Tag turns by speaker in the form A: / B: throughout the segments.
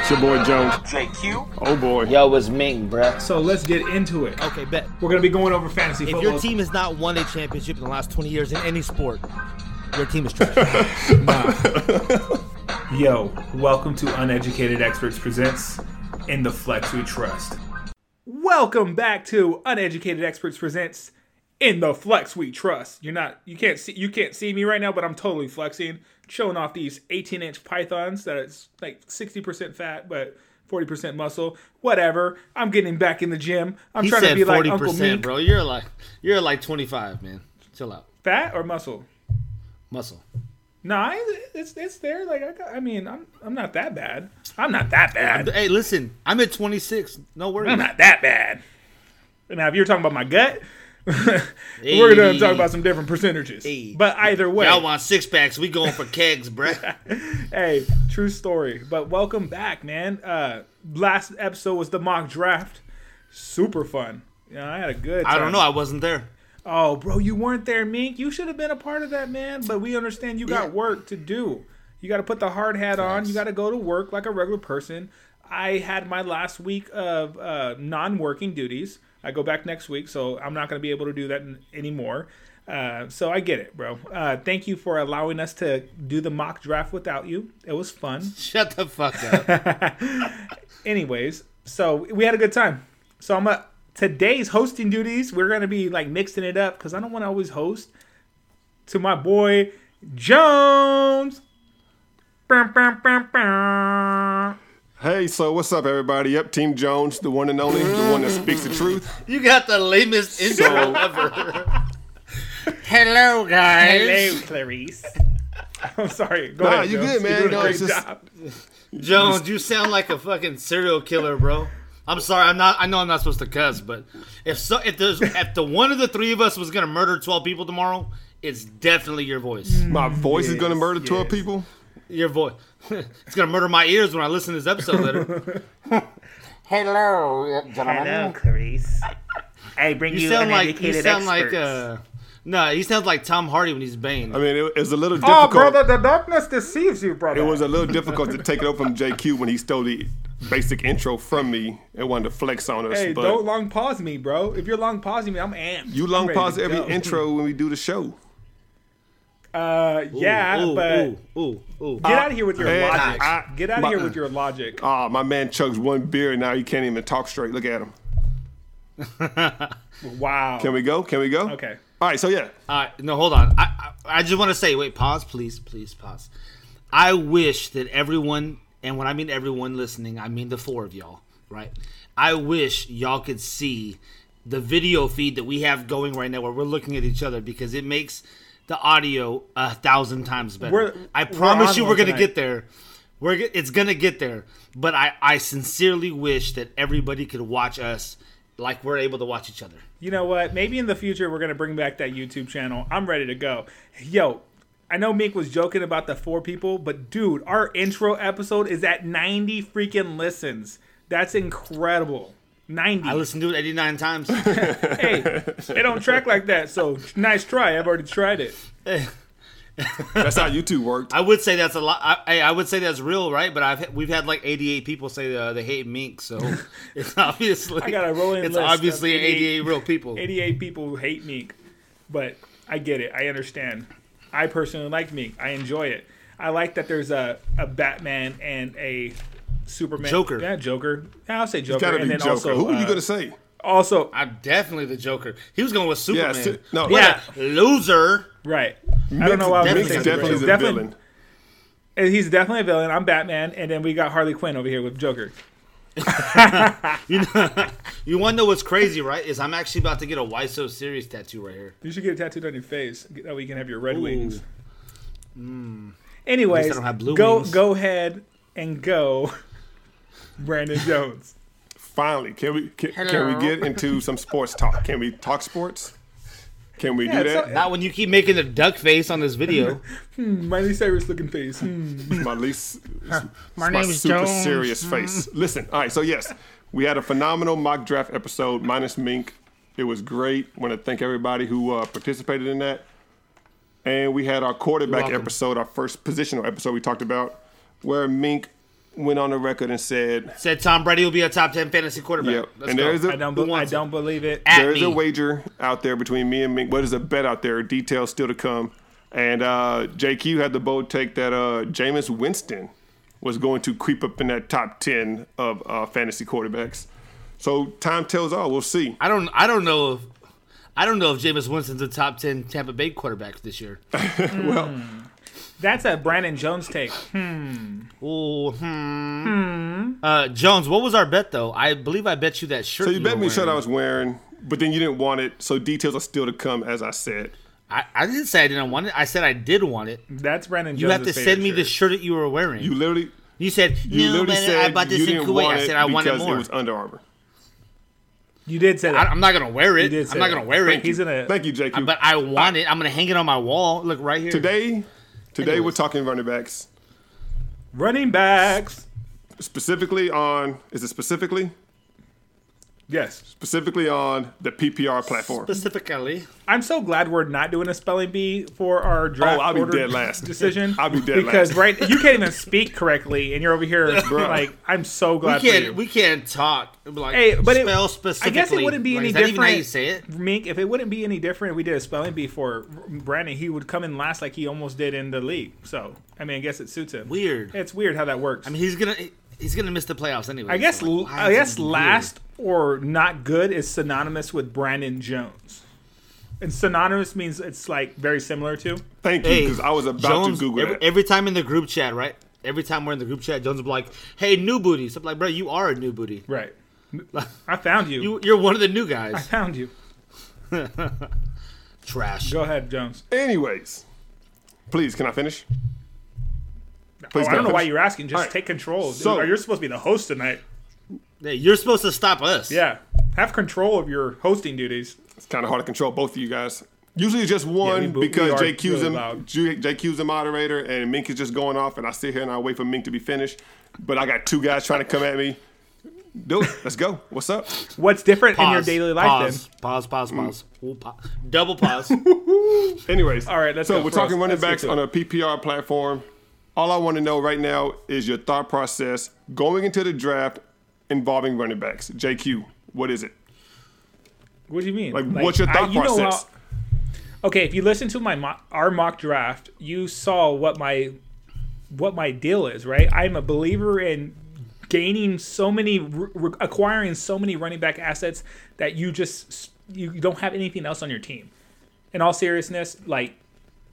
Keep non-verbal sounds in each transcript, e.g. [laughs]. A: It's your boy Jones.
B: JQ.
A: Oh boy.
C: Yo, it's Mink, bruh.
D: So let's get into it.
E: Okay, bet.
D: We're gonna be going over fantasy
E: If
D: football.
E: your team has not won a championship in the last 20 years in any sport, your team is trash.
D: Yo, welcome to Uneducated Experts Presents In the Flex We Trust. Welcome back to Uneducated Experts Presents In the Flex We Trust. You're not you can't see you can't see me right now, but I'm totally flexing, showing off these 18 inch pythons that is like 60% fat, but 40% muscle. Whatever. I'm getting back in the gym. I'm
F: He
D: trying to
F: said
D: be like
F: forty
D: Uncle
F: percent,
D: Meek.
F: bro. You're like you're like twenty five, man. Chill out.
D: Fat or muscle?
F: Muscle.
D: Nah, it's- it's it's there. Like I, got, I mean, I'm I'm not that bad. I'm not that bad.
F: Hey, listen, I'm at twenty six. No worries. [laughs]
D: I'm not that bad. Now, if you're talking about my gut, [laughs] we're gonna
F: Hey.
D: talk about some different percentages.
F: Hey.
D: But either way,
F: Y'all want six packs? We going for kegs, bro.
D: hey, true story. But welcome back, man. Uh, last episode was the mock draft. Super fun. Yeah, I had a good.
F: [laughs]
D: Time.
F: I don't know. I wasn't there.
D: Oh, bro, you weren't there, Mink. You should have been a part of that, man. But we understand you got
F: Yeah.
D: work to do. You got to put the hard hat on. You got to go to work like a regular person. I had my last week of uh, non-working duties. I go back next week, so I'm not going to be able to do that n- anymore. Uh, so I get it, bro. Uh, thank you for allowing us to do the mock draft without you. It was fun.
F: Shut the fuck up.
D: Anyways, so we had a good time. So I'm a, today's hosting duties. We're gonna be like mixing it up because I don't want to always host. To my boy Jones. Bum, bum, bum, bum.
A: Hey, so what's up, everybody? Yep, Team Jones, the one and only, the one that speaks the truth.
F: you got the [laughs] lamest intro ever. Hello, guys.
D: Hello, Clarice. I'm sorry. Go
A: Nah,
D: ahead.
A: you
D: Jones.
A: good, man.
D: You're doing
A: No,
D: a great
A: it's just-
D: job.
F: Jones, you sound like a fucking serial killer, bro. I'm sorry, I'm not. I know I'm not supposed to cuss, but if so, if there's if the one of the three of us was gonna murder twelve people tomorrow, it's definitely your voice.
D: Mm.
A: My voice is gonna murder twelve
D: yes.
A: people.
F: Your voice. [laughs] it's gonna murder my ears when I listen to this episode later. Hello, gentlemen.
D: Hello, Clarice. I bring
F: You,
D: [laughs] you,
F: sound like you
D: uneducated
F: sound
D: experts.
F: like uh, no, he sounds like Tom Hardy when he's Bane.
A: I mean, it, it's a little
D: Oh,
A: difficult.
D: brother, the darkness deceives you, brother.
A: It was a little difficult to take it over from JQ when he stole the basic intro from me and wanted to flex on us.
D: Hey,
A: but
D: don't long pause me, bro. If you're long pausing me, I'm amped.
A: you
D: I'm
A: long
D: ready to
A: pause every
D: go.
A: intro when we do the show.
D: Uh, yeah,
F: ooh,
D: but
F: ooh, ooh, ooh.
D: get out of here with your
A: eh,
D: logic.
A: I-
D: get out of
A: my-
D: here with your logic.
A: Ah, my man chugs one beer and now he can't even talk straight. Look at him.
D: Wow.
A: Can we go? Can we go?
D: Okay.
A: All right. So yeah,
F: All right, no, hold on. I I, I just want to say, wait, pause, please, please pause. I wish that everyone, and when I mean everyone listening, I mean the four of y'all, right? I wish y'all could see the video feed that we have going right now, where we're looking at each other because it makes the audio a thousand times better.
D: We're-
F: I
D: we're
F: promise
D: on
F: you,
D: one
F: we're gonna
D: tonight.
F: get there. We're g- it's gonna get there, but I I sincerely wish that everybody could watch us like we're able to watch each other.
D: You know what? Maybe in the future we're gonna bring back that YouTube channel. I'm ready to go. Yo, I know Meek was joking about the four people, but dude, our intro episode is at 90 freaking listens. That's incredible. 90.
F: I listened to it 89
A: [laughs]
F: times.
D: hey, it don't track like that. So nice try. I've already tried it.
A: that's how YouTube
D: [laughs]
A: worked.
F: I would say that's a lot. I, I would say that's real, right? But I've we've had like 88 people say uh, they hate mink,
D: [laughs]
F: so it's obviously
D: I got a rolling
F: It's
D: list of
F: obviously 88,
D: 88
F: real people.
D: 88 people hate Meek, but I get it. I understand. I personally like Meek. I enjoy it. I like that there's a, a Batman and a Superman.
F: Joker.
D: Yeah, Joker. Yeah, I'll say Joker.
A: Gotta
D: and
A: be
D: then
A: Joker.
D: also,
A: Who are
D: uh,
A: you gonna say?
D: also
F: I'm definitely the Joker. He was going with
A: Yeah, si-
F: Superman.
A: no.
F: What a
D: Yeah.
F: loser.
D: right. I don't know why I was gonna
A: Mick's
D: say
F: Mick's
A: definitely
D: Joker.
A: is a
D: Definitely-
A: villain.
D: and He's definitely a villain. I'm Batman, and then we got Harley Quinn over here with Joker.
F: You want to know what's crazy, right? Is I'm actually about to get a Why So Serious tattoo right here.
D: You should get it tattooed on your face. Get- That way you can have your Red Wings.
F: Ooh.
A: Hmm.
D: Anyways,
F: At least I don't have blue
D: go
F: wings.
D: go ahead and go, [laughs] Brandon Jones.
A: Finally, can we can, can we get into some sports talk? Can we talk sports? Can we do
D: it's
A: that?
F: Not when you keep making the duck face on this
D: [laughs]
F: video.
D: Miley Cyrus looking face. Hmm.
A: It's my least. it's my super serious face. Listen, all right. So yes, we had a phenomenal mock draft episode minus Mink. It was great. Want to thank everybody who uh, participated in that. And we had our quarterback
F: welcome.
A: episode, our first positional episode we talked about, where Mink went on the record and said,
F: Said Tom Brady will be a top ten fantasy quarterback.
A: "Yep."
F: Let's
A: and
F: go.
A: there's a
D: I don't,
F: Who
D: be- I
F: wants it?
D: don't believe it.
F: At
A: there's a
F: me.
A: wager out there between me and Mink. What is a bet out there? Details still to come. And uh, JQ had the bold take that uh, Jameis Winston was going to creep up in that top ten of uh, fantasy quarterbacks. So time tells all. We'll see.
F: I don't. I don't know if. I don't know if Jameis Winston's a top ten Tampa Bay quarterback this year.
A: Well,
D: That's a Brandon Jones take. Hmm.
F: Ooh, hmm. Uh, Jones, what was our bet though? I believe I bet you that shirt.
A: so you bet
F: were
A: me a shirt I
F: wearing.
A: was wearing, but then you didn't want it. So details are still to come, as I said.
F: I, I didn't say I didn't want it. I said I did want it.
D: That's Brandon Jones.
F: You have to send me the shirt that you were wearing.
A: You
F: You,
A: literally,
F: said
A: you
F: no,
A: literally
F: man,
A: said
F: I bought this
A: you
F: in
A: didn't
F: Kuwait.
A: want
F: I
A: it
F: said I wanted
A: because
F: more.
A: it was Under Armour.
D: You did say
F: I,
D: that.
F: I'm not gonna wear
D: You
F: it.
D: did say
F: I'm not
D: that.
F: gonna wear it.
D: He's in a.
A: Thank you, JQ.
F: But I want it. I'm gonna hang it on my wall. Look right here.
A: today, today we're
F: Anyways.
A: talking running backs.
D: running backs.
A: Specifically on, is it specifically?
D: Yes.
A: specifically on the PPR platform.
F: specifically.
D: I'm so glad we're not doing a spelling bee for our draft.
A: Oh, I'll be
D: order
A: dead last.
F: [laughs]
D: Decision.
A: I'll be dead
D: because
A: last.
D: right, you can't even speak correctly, and you're
F: [laughs]
D: over here like, I'm so
F: We
D: glad for you.
F: can't. We can't talk. Like,
D: Hey, but it-
F: spell
D: I
F: specifically.
D: guess it wouldn't be
F: Like,
D: any
F: is that Even how you
D: different.
F: say it.
D: Mink, if it wouldn't be any different, if we did a spelling bee for Brandon. He would come in last, like he almost did in the league. So, I mean, I guess it suits him.
F: Weird.
D: It's weird how that works.
F: I mean, he's gonna he's gonna miss the playoffs anyway.
D: I guess
F: so, like, why is
D: I
F: it
D: guess
F: weird?
D: last or not good is synonymous with Brandon Jones. And synonymous means it's like very similar to.
A: Thank you,
F: Hey,
A: because I was about
F: Jones,
A: to Google
F: every,
A: that.
F: every time in the group chat, right? Every time we're in the group chat, Jones will be like, "Hey, new booties." I'm like, "Bro, you are a new booty. [laughs]
D: Right. I found you.
F: You, you're one of the new
D: I [laughs]
F: guys."
D: found you.
F: Trash.
D: Go ahead, Jones.
A: Anyways, please, can I finish?
D: Oh,
A: Please,
D: I
A: can
D: don't know why
A: finish?
D: you're asking. Just
A: All right.
D: take control.
A: So-
D: Dude, you're supposed to be the host tonight.
F: Hey, you're supposed to stop us.
D: Yeah. Have control of your hosting duties.
A: It's kind of hard to control both of you guys. Usually it's just one
D: we bo- we
A: because
D: are
A: JQ's
D: really
A: a,
D: loud.
A: J, JQ's the moderator and Mink is just going off, and I sit here and I wait for Mink to be finished. But I got two guys trying to come at me. Dude, let's go. What's up?
D: What's different in your
F: Pause,
D: daily life
F: pause,
D: then?
F: Pause. Pause. Pause. Ooh, pa- Double pause.
A: Anyways,
D: All right, let's
A: so
D: go
A: we're
D: for us.
A: talking running
D: Let's get
A: backs
D: to
A: on a PPR platform. All I want to know right now is your thought process going into the draft involving running backs. JQ, what is it?
D: What do you mean?
A: Like, what's your thought
D: you know
A: process?
D: how- okay, if you listen to my mo- our mock draft, you saw what my what my deal is, right? I'm a believer in gaining so many, re- re- acquiring so many running back assets that you just s- you don't have anything else on your team. In all seriousness, like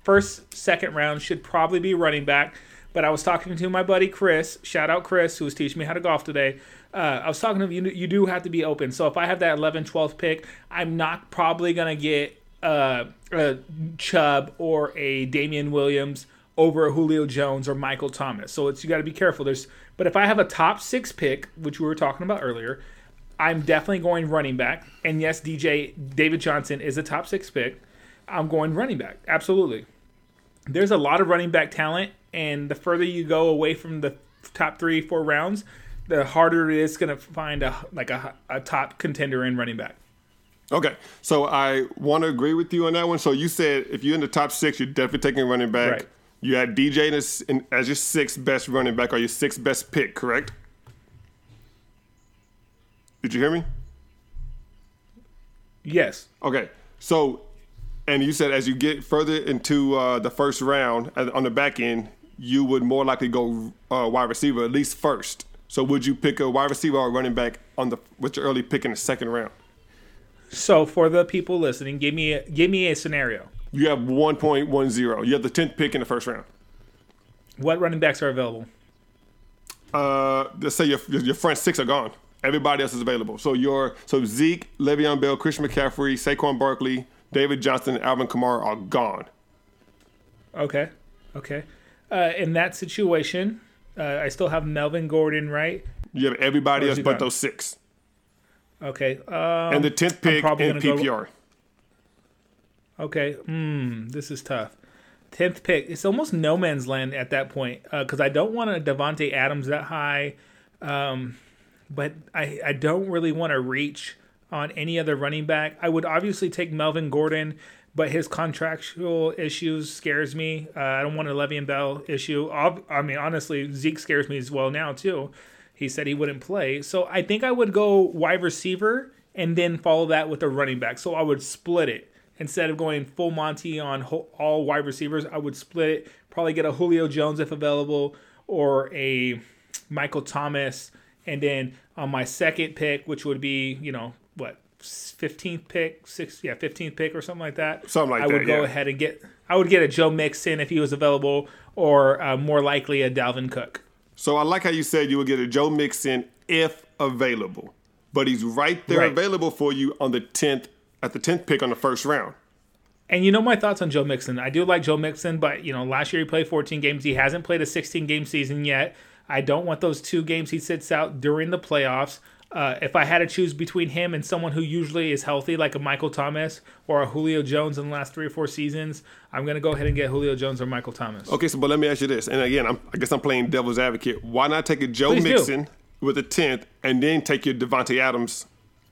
D: first, second round should probably be running back. But I was talking to my buddy Chris. Shout out Chris, who was teaching me how to golf today. Uh, I was talking to him. You, you do have to be open. So if I have that 11, 12th pick, I'm not probably gonna get uh, a Chubb or a Damian Williams over a Julio Jones or Michael Thomas. So it's you got to be careful. There's but if I have a top six pick, which we were talking about earlier, I'm definitely going running back. And yes, DJ David Johnson is a top six pick. I'm going running back. Absolutely. There's a lot of running back talent, and the further you go away from the top three, four rounds, the harder it is going to find a like a, a top contender in running back.
A: Okay, so I want to agree with you on that one. So you said if you're in the top six, you're definitely taking a running back.
D: Right.
A: You have DJ as, in- as your sixth best running back or your sixth best pick, correct? Did you hear me?
D: Yes,
A: Okay, so, and you said as you get further into uh, the first round uh, on the back end, you would more likely go uh, wide receiver at least first. So would you pick a wide receiver or running back on the with your early pick in the second round?
D: So for the people listening, give me a, give me a scenario.
A: You have 1.10. You have the 10th pick in the first round.
D: What running backs are available?
A: uh, let's say your your front six are gone. Everybody else is available. So your so Zeke, Le'Veon Bell, Christian McCaffrey, Saquon Barkley, David Johnson, Alvin Kamara are gone.
D: Okay, okay. Uh, in that situation, uh, I still have Melvin Gordon, right?
A: You have everybody
D: Where's
A: else
D: he
A: but
D: gone?
A: those six.
D: Okay, uh,
A: and the tenth pick
D: probably
A: in
D: gonna go-
A: PPR.
D: okay. Hmm, this is tough. Tenth pick. It's almost no man's land at that point because I don't want a Devonte Adams that high, um, but I I don't really want to reach on any other running back. I would obviously take Melvin Gordon. but his contractual issues scares me. Uh, I don't want a Le'Veon Bell issue. Ob- I mean, honestly, Zeke scares me as well now too. He said he wouldn't play, so I think I would go wide receiver and then follow that with a running back. So I would split it instead of going full Monty on ho- all wide receivers. I would split it. Probably get a Julio Jones if available, or a Michael Thomas, and then on my second pick, which would be you know what 15th pick, six, yeah, 15th pick or something like that.
A: Something like
D: I would
A: that,
D: go
A: yeah.
D: ahead and get. I would get a Joe Mixon if he was available, or uh, more likely a Dalvin Cook.
A: So I like how you said you would get a Joe Mixon if available, but he's right there
D: Right.
A: available for you on the tenth at the tenth pick on the first round.
D: And you know my thoughts on Joe Mixon. I do like Joe Mixon, but you know last year he played 14 games. He hasn't played a 16 game season yet. I don't want those two games he sits out during the playoffs. Uh, if I had to choose between him and someone who usually is healthy, like a Michael Thomas or a Julio Jones in the last three or four seasons, I'm gonna go ahead and get Julio Jones or Michael Thomas.
A: Okay, so but let me ask you this, and again, I'm, I guess I'm playing devil's advocate. Why not take a Joe
D: Please do.
A: Mixon with a tenth, and then take your Devonte Adams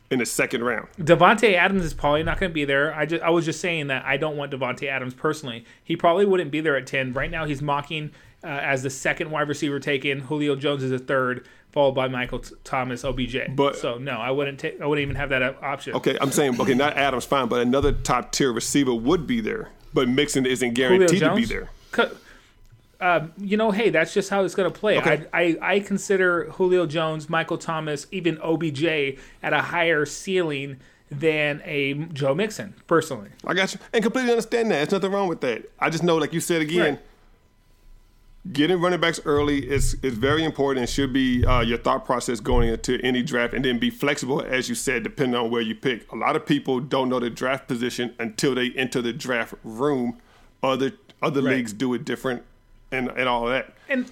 A: in the second round?
D: Devonte Adams is probably not going to be there. I, ju- I was just saying that I don't want Devonte Adams personally. He probably wouldn't be there at ten. Right now, he's mocking uh, as the second wide receiver taken. Julio Jones is a third, followed by Michael T- Thomas, OBJ.
A: But-
D: so no, I wouldn't take. I wouldn't even have that uh, option.
A: Okay, I'm saying okay, not Adams, fine, but another top tier receiver would be there, but Mixon isn't guaranteed to be there.
D: Co- uh, you know, hey, that's just how it's going to play.
A: Okay.
D: I, I, I consider Julio Jones, Michael Thomas, even OBJ at a higher ceiling than a Joe Mixon, personally.
A: I got you, and completely understand that. There's nothing wrong with that. I just know, like you said again, getting running backs early is is very important and should be uh, your thought process going into any draft, and then be flexible as you said, depending on where you pick. A lot of people don't know the draft position until they enter the draft room. Other other
D: Right.
A: leagues do it different, and and all that.
D: and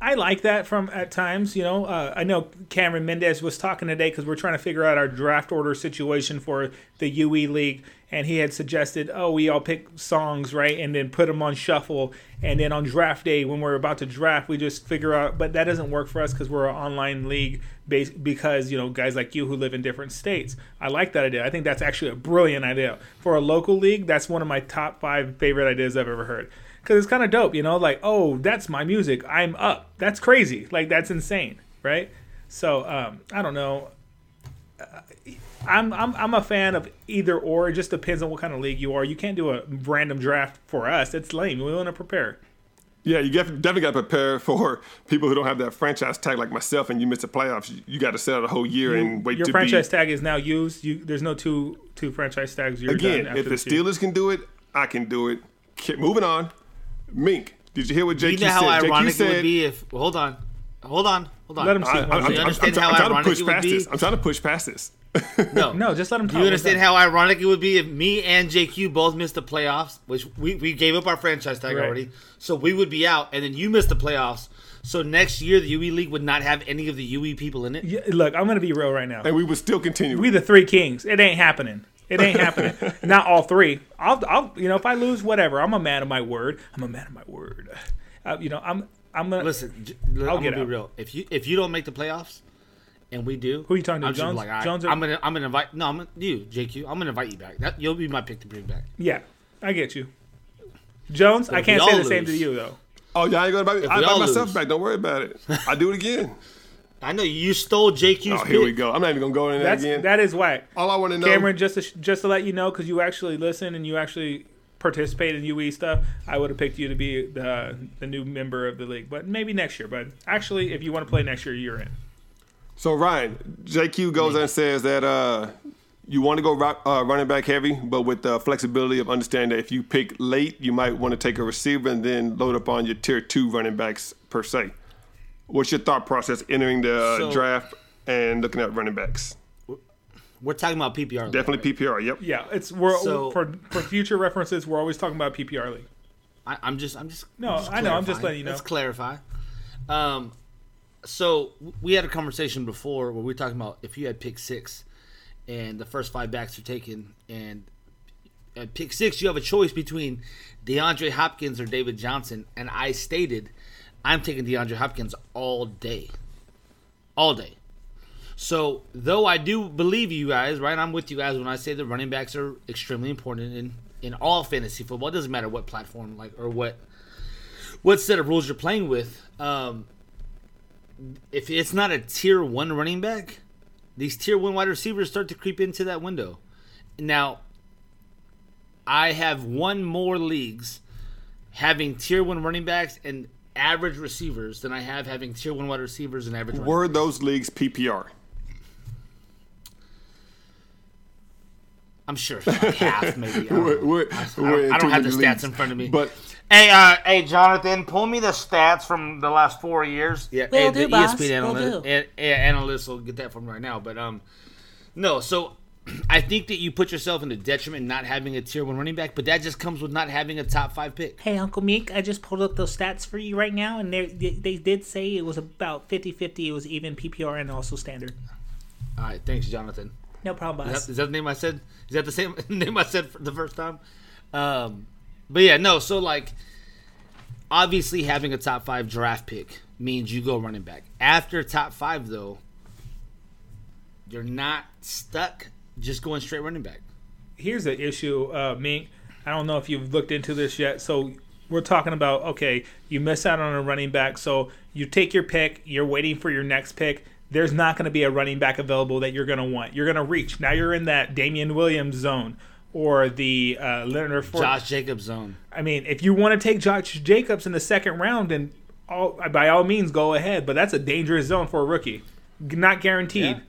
D: I like that from at times. You know, uh, I know Cameron Mendez was talking today because we're trying to figure out our draft order situation for the UE League, and he had suggested, oh, we all pick songs right, and then put them on shuffle, and then on draft day when we're about to draft, we just figure out. But that doesn't work for us because we're an online league based because you know guys like you who live in different states. I like that idea. I think that's actually a brilliant idea for a local league. That's one of my top five favorite ideas I've ever heard because it's kind of dope, you know. Like, oh, that's my music. I'm up. That's crazy. Like, that's insane, right? So, um, I don't know. Uh, I'm, I'm I'm a fan of either or. It just depends on what kind of league you are. You can't do a random draft for us. It's lame. We want to prepare.
A: Yeah, you def- definitely got to prepare [laughs] for people who don't have that franchise tag like myself, and you miss the playoffs. You, you got to sit out a whole year and wait
D: Your
A: to
D: franchise
A: be
D: tag is now used. You there's no two two franchise tags. You're
A: again.
D: done after
A: If the
D: this year.
A: Steelers can do it, I can do it. Keep moving on. Mink, did you hear what JQ
F: You know how
A: said? JQ
F: ironic
A: said,
F: it would be if. Hold on, hold on, hold on.
D: Let him
A: I,
D: see.
A: am
D: one second.
F: understand how
A: trying to
F: ironic
A: push
F: it would
A: past
F: be?
A: this. I'm trying to push past this.
F: No,
D: no, just let him.
F: Do you understand how ironic it would be if me and JQ both missed the playoffs, which we, we gave up our franchise tag
D: Right.
F: already, so we would be out, and then you missed the playoffs. So next year, the UE League would not have any of the UE people in it.
D: Look, I'm gonna be real right now.
A: [laughs] and we would still continue.
D: We the three kings. It ain't happening. It
F: [laughs]
D: ain't happening. Not all three. I'll, I'll, you know, if I lose, whatever. I'm a man of my word. I'm a man of my word. Uh, you know, I'm, I'm gonna.
F: Listen, j-
D: I'll
F: I'm
D: get
F: gonna be
D: out.
F: real. If you if you don't make the playoffs, and we do,
D: Who you talking to,
F: I'm just
D: Jones?
F: Like, all right,
D: Jones or-
F: I'm gonna I'm gonna invite. No, I'm gonna, you JQ. I'm gonna invite you back. That you'll be my pick to bring back.
D: Yeah, I get you, Jones. I can't
F: we
D: say the
F: all
D: same to
F: lose.
D: you though.
A: oh, y'all ain't gonna buy me. I
F: we
A: buy
F: all
A: myself
F: lose.
A: back. Don't worry about it. I do it
F: [laughs]
A: again.
F: I know you stole JQ's.
A: Oh, here we
F: pick.
A: go. I'm not even gonna go in there
D: That's
A: again.
D: that is whack.
A: All I want to know,
D: Cameron, just to, just to let you know, because you actually listen and you actually participate in UE stuff, I would have picked you to be the the new member of the league. But maybe next year. But actually, if you want to play next year, you're in.
A: So Ryan, JQ goes and says that uh, you want to go rock, uh, running back heavy, but with the flexibility of understanding that if you pick late, you might want to take a receiver and then load up on your tier two running backs per se. What's your thought process entering the uh
F: So-
A: draft and looking at running backs?
F: We're talking about PPR. league, right?
A: Definitely PPR. Yep.
D: Yeah, it's we're
F: So-
D: for for future references. We're always talking about PPR league.
F: I, I'm just, I'm just.
D: No, I know, I'm just letting you know.
F: Let's clarify. Um, so w- we had a conversation before where we were talking about if you had pick six, and the first five backs are taken, and at pick six you have a choice between DeAndre Hopkins or David Johnson, and I stated I'm taking DeAndre Hopkins all day, all day. So, though I do believe you guys, right? I'm with you guys when I say the running backs are extremely important, and in all fantasy football. It doesn't matter what platform, like or what what set of rules you're playing with. Um, if it's not a tier one running back, these tier one wide receivers start to creep into that window. Now, I have one more leagues having tier one running backs and average receivers than I have having tier one wide receivers and average. running
A: Were those leagues PPR?
F: I'm sure half maybe. I don't,
A: We're-
F: know.
A: we're-
F: I don't-
A: we're in
F: I
A: too
F: don't have the
A: many
F: stats
A: leagues.
F: in front of me.
A: But
F: hey, uh, hey, Jonathan, pull me the stats from the last four years. Yeah,
G: Will
F: hey,
G: do,
F: the E
G: boss.
F: ESPN
G: Will
F: analyst,
G: do.
F: a- a- analysts will get that from right now. But um, no, so [clears throat] I think that you put yourself in the detriment not having a tier one running back, but that just comes with not having a top five pick.
G: Hey, Uncle Meek, I just pulled up those stats for you right now, and they, they, they did say it was about 50 50. It was even PPR and also standard.
F: All right, thanks, Jonathan.
G: No problem,
F: Is
G: boss.
F: that, is that the name I said? Is that the same [laughs] name I said for the first time? Um, but yeah, no. So like, obviously having a top five draft pick means you go running back. After top five, though, you're not stuck just going straight running back.
D: here's the issue, uh, Mink. I don't know if you've looked into this yet. So we're talking about okay, you miss out on a running back, so you take your pick. You're waiting for your next pick. There's not going to be a running back available that you're going to want. You're going to reach. Now you're in that Damian Williams zone or the uh, Leonard Fournette.
F: Josh Jacobs zone.
D: I mean, if you want to take Josh Jacobs in the second round, then all, by all means go ahead. But that's a dangerous zone for a rookie. G- Not guaranteed.
F: Yeah.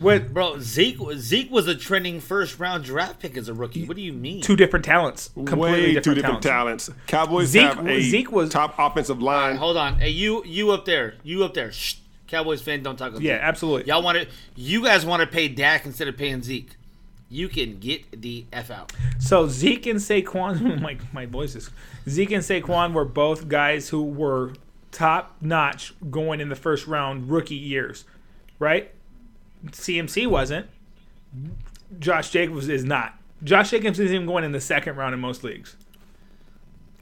D: With
F: Bro, Zeke was- Zeke was a trending first round draft pick as a rookie. What do you mean?
D: two different talents, completely
A: way
D: different
A: two different
D: talents.
A: talents. Cowboys
D: Zeke-
A: have a
D: Zeke was-
A: top offensive line.
F: Hold on, hey you you up there, you up there. Shh. Cowboys fan, don't talk. About
D: Yeah, absolutely.
F: Y'all want to? You guys want to pay Dak instead of paying Zeke? You can get the f out.
D: So Zeke and Saquon, [laughs] my my voice is Zeke and Saquon were both guys who were top notch going in the first round rookie years, right? CMC wasn't. Josh Jacobs is not. Josh Jacobs isn't even going in the second round in most leagues.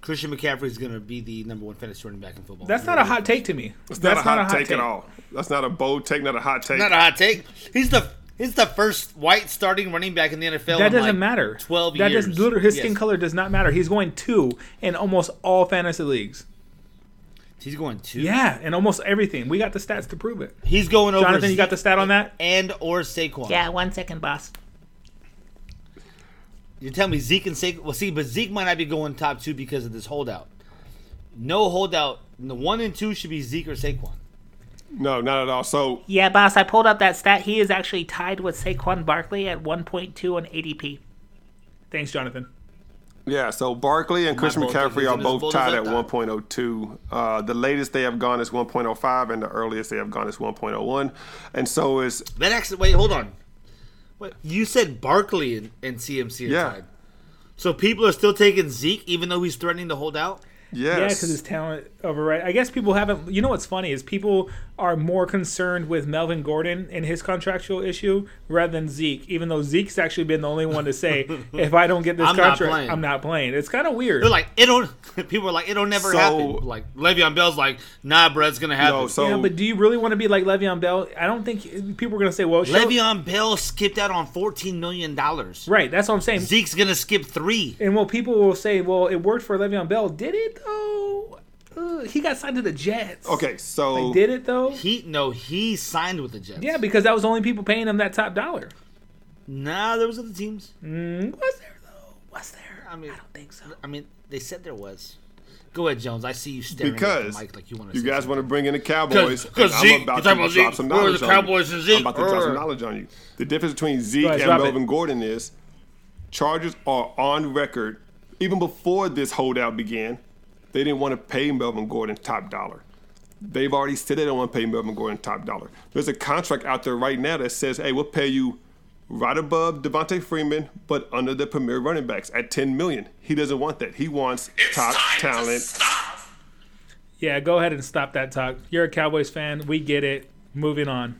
F: Christian McCaffrey is going to be the number one fantasy running back in football.
D: That's not a hot take to me.
A: It's not a hot take, at all. That's not a bold take, not a hot take.
F: Not a hot take. He's the he's the first white starting running back in the NFL.
D: That
F: in,
D: doesn't
F: like,
D: matter.
F: Twelve
D: That
F: years.
D: doesn't. literally- His skin
F: Yes.
D: color does not matter. He's going two in almost all fantasy leagues.
F: He's going two.
D: Yeah, in almost everything. We got the stats to prove it.
F: He's going over.
D: Jonathan, you got the
F: Zeke
D: stat on that?
F: and or Saquon.
G: Yeah, one second, boss.
F: You tell me Zeke and Saquon. Well, see, but Zeke might not be going top two because of this holdout. No holdout. The one and two should be Zeke or Saquon.
A: No, not at all. So
G: Yeah, boss, I pulled up that stat. He is actually tied with Saquon Barkley at 1.2 on ADP.
D: Thanks, Jonathan.
A: yeah, so Barkley and Christian
F: bold take
A: McCaffrey
F: is
A: are
F: as
A: both
F: bold as
A: tied
F: I
A: at
F: thought.
A: 1.02. Uh, the latest they have gone is 1.05, and the earliest they have gone is 1.01. And so is
F: That actually. Wait, hold on. Wait, you said Barkley and, and CMC are
A: Yeah.
F: tied. So people are still taking Zeke, even though he's threatening to hold out.
D: Yeah,
A: yes,
D: because his talent override. I guess people haven't. You know what's funny is people are more concerned with Melvin Gordon and his contractual issue rather than Zeke. Even though Zeke's actually been the only one
F: [laughs]
D: to say, "If I don't get this
F: I'm not
D: contract,
F: playing."
D: I'm not playing." It's kind of weird.
F: They're like, it'll. [laughs] People are like, it'll never
A: So-
F: happen. Like Le'Veon Bell's like, nah, bro, it's gonna happen.
A: no, so
D: yeah, but do you really want to be like Le'Veon Bell? I don't think people are going to say, "Well, sure.
F: Le'Veon Bell skipped out on fourteen million dollars.
D: right." That's what I'm saying.
F: Zeke's gonna skip three.
D: And well, people will say, "Well, it worked for Le'Veon Bell, did it though?" Uh, he got signed to the Jets.
A: okay, so
D: did it though?
F: He no, he signed with the Jets.
D: Yeah, because that was the only people paying him that top dollar.
F: nah, there was other teams.
D: Was there though? Was there?
F: I mean,
G: I think so.
F: I mean, they said there was. Go ahead, Jones. I see you staring
A: Because
F: at the mic like you want to.
A: you
F: say
A: guys
F: something.
A: want to bring in the Cowboys.
F: Because- because
A: and
F: Zeke-
A: I'm about
F: you're talking
A: to
F: about
A: drop
F: Zeke.
A: some
F: Where are
A: knowledge
F: the
A: on you.
F: Cowboys and Zeke?
A: I'm about to drop some
F: Urgh.
A: knowledge on you. The difference between Zeke
D: ahead,
A: and
D: drop it.
A: Melvin Gordon is Chargers are on record, even before this holdout began, they didn't want to pay Melvin Gordon top dollar. They've already said they don't want to pay Melvin Gordon top dollar. There's a contract out there right now that says, hey, we'll pay you right above Devontae Freeman, but under the premier running backs at 10 million. He doesn't want that. He wants top talent.
D: Yeah, go ahead and stop that talk. You're a Cowboys fan. We get it. Moving on.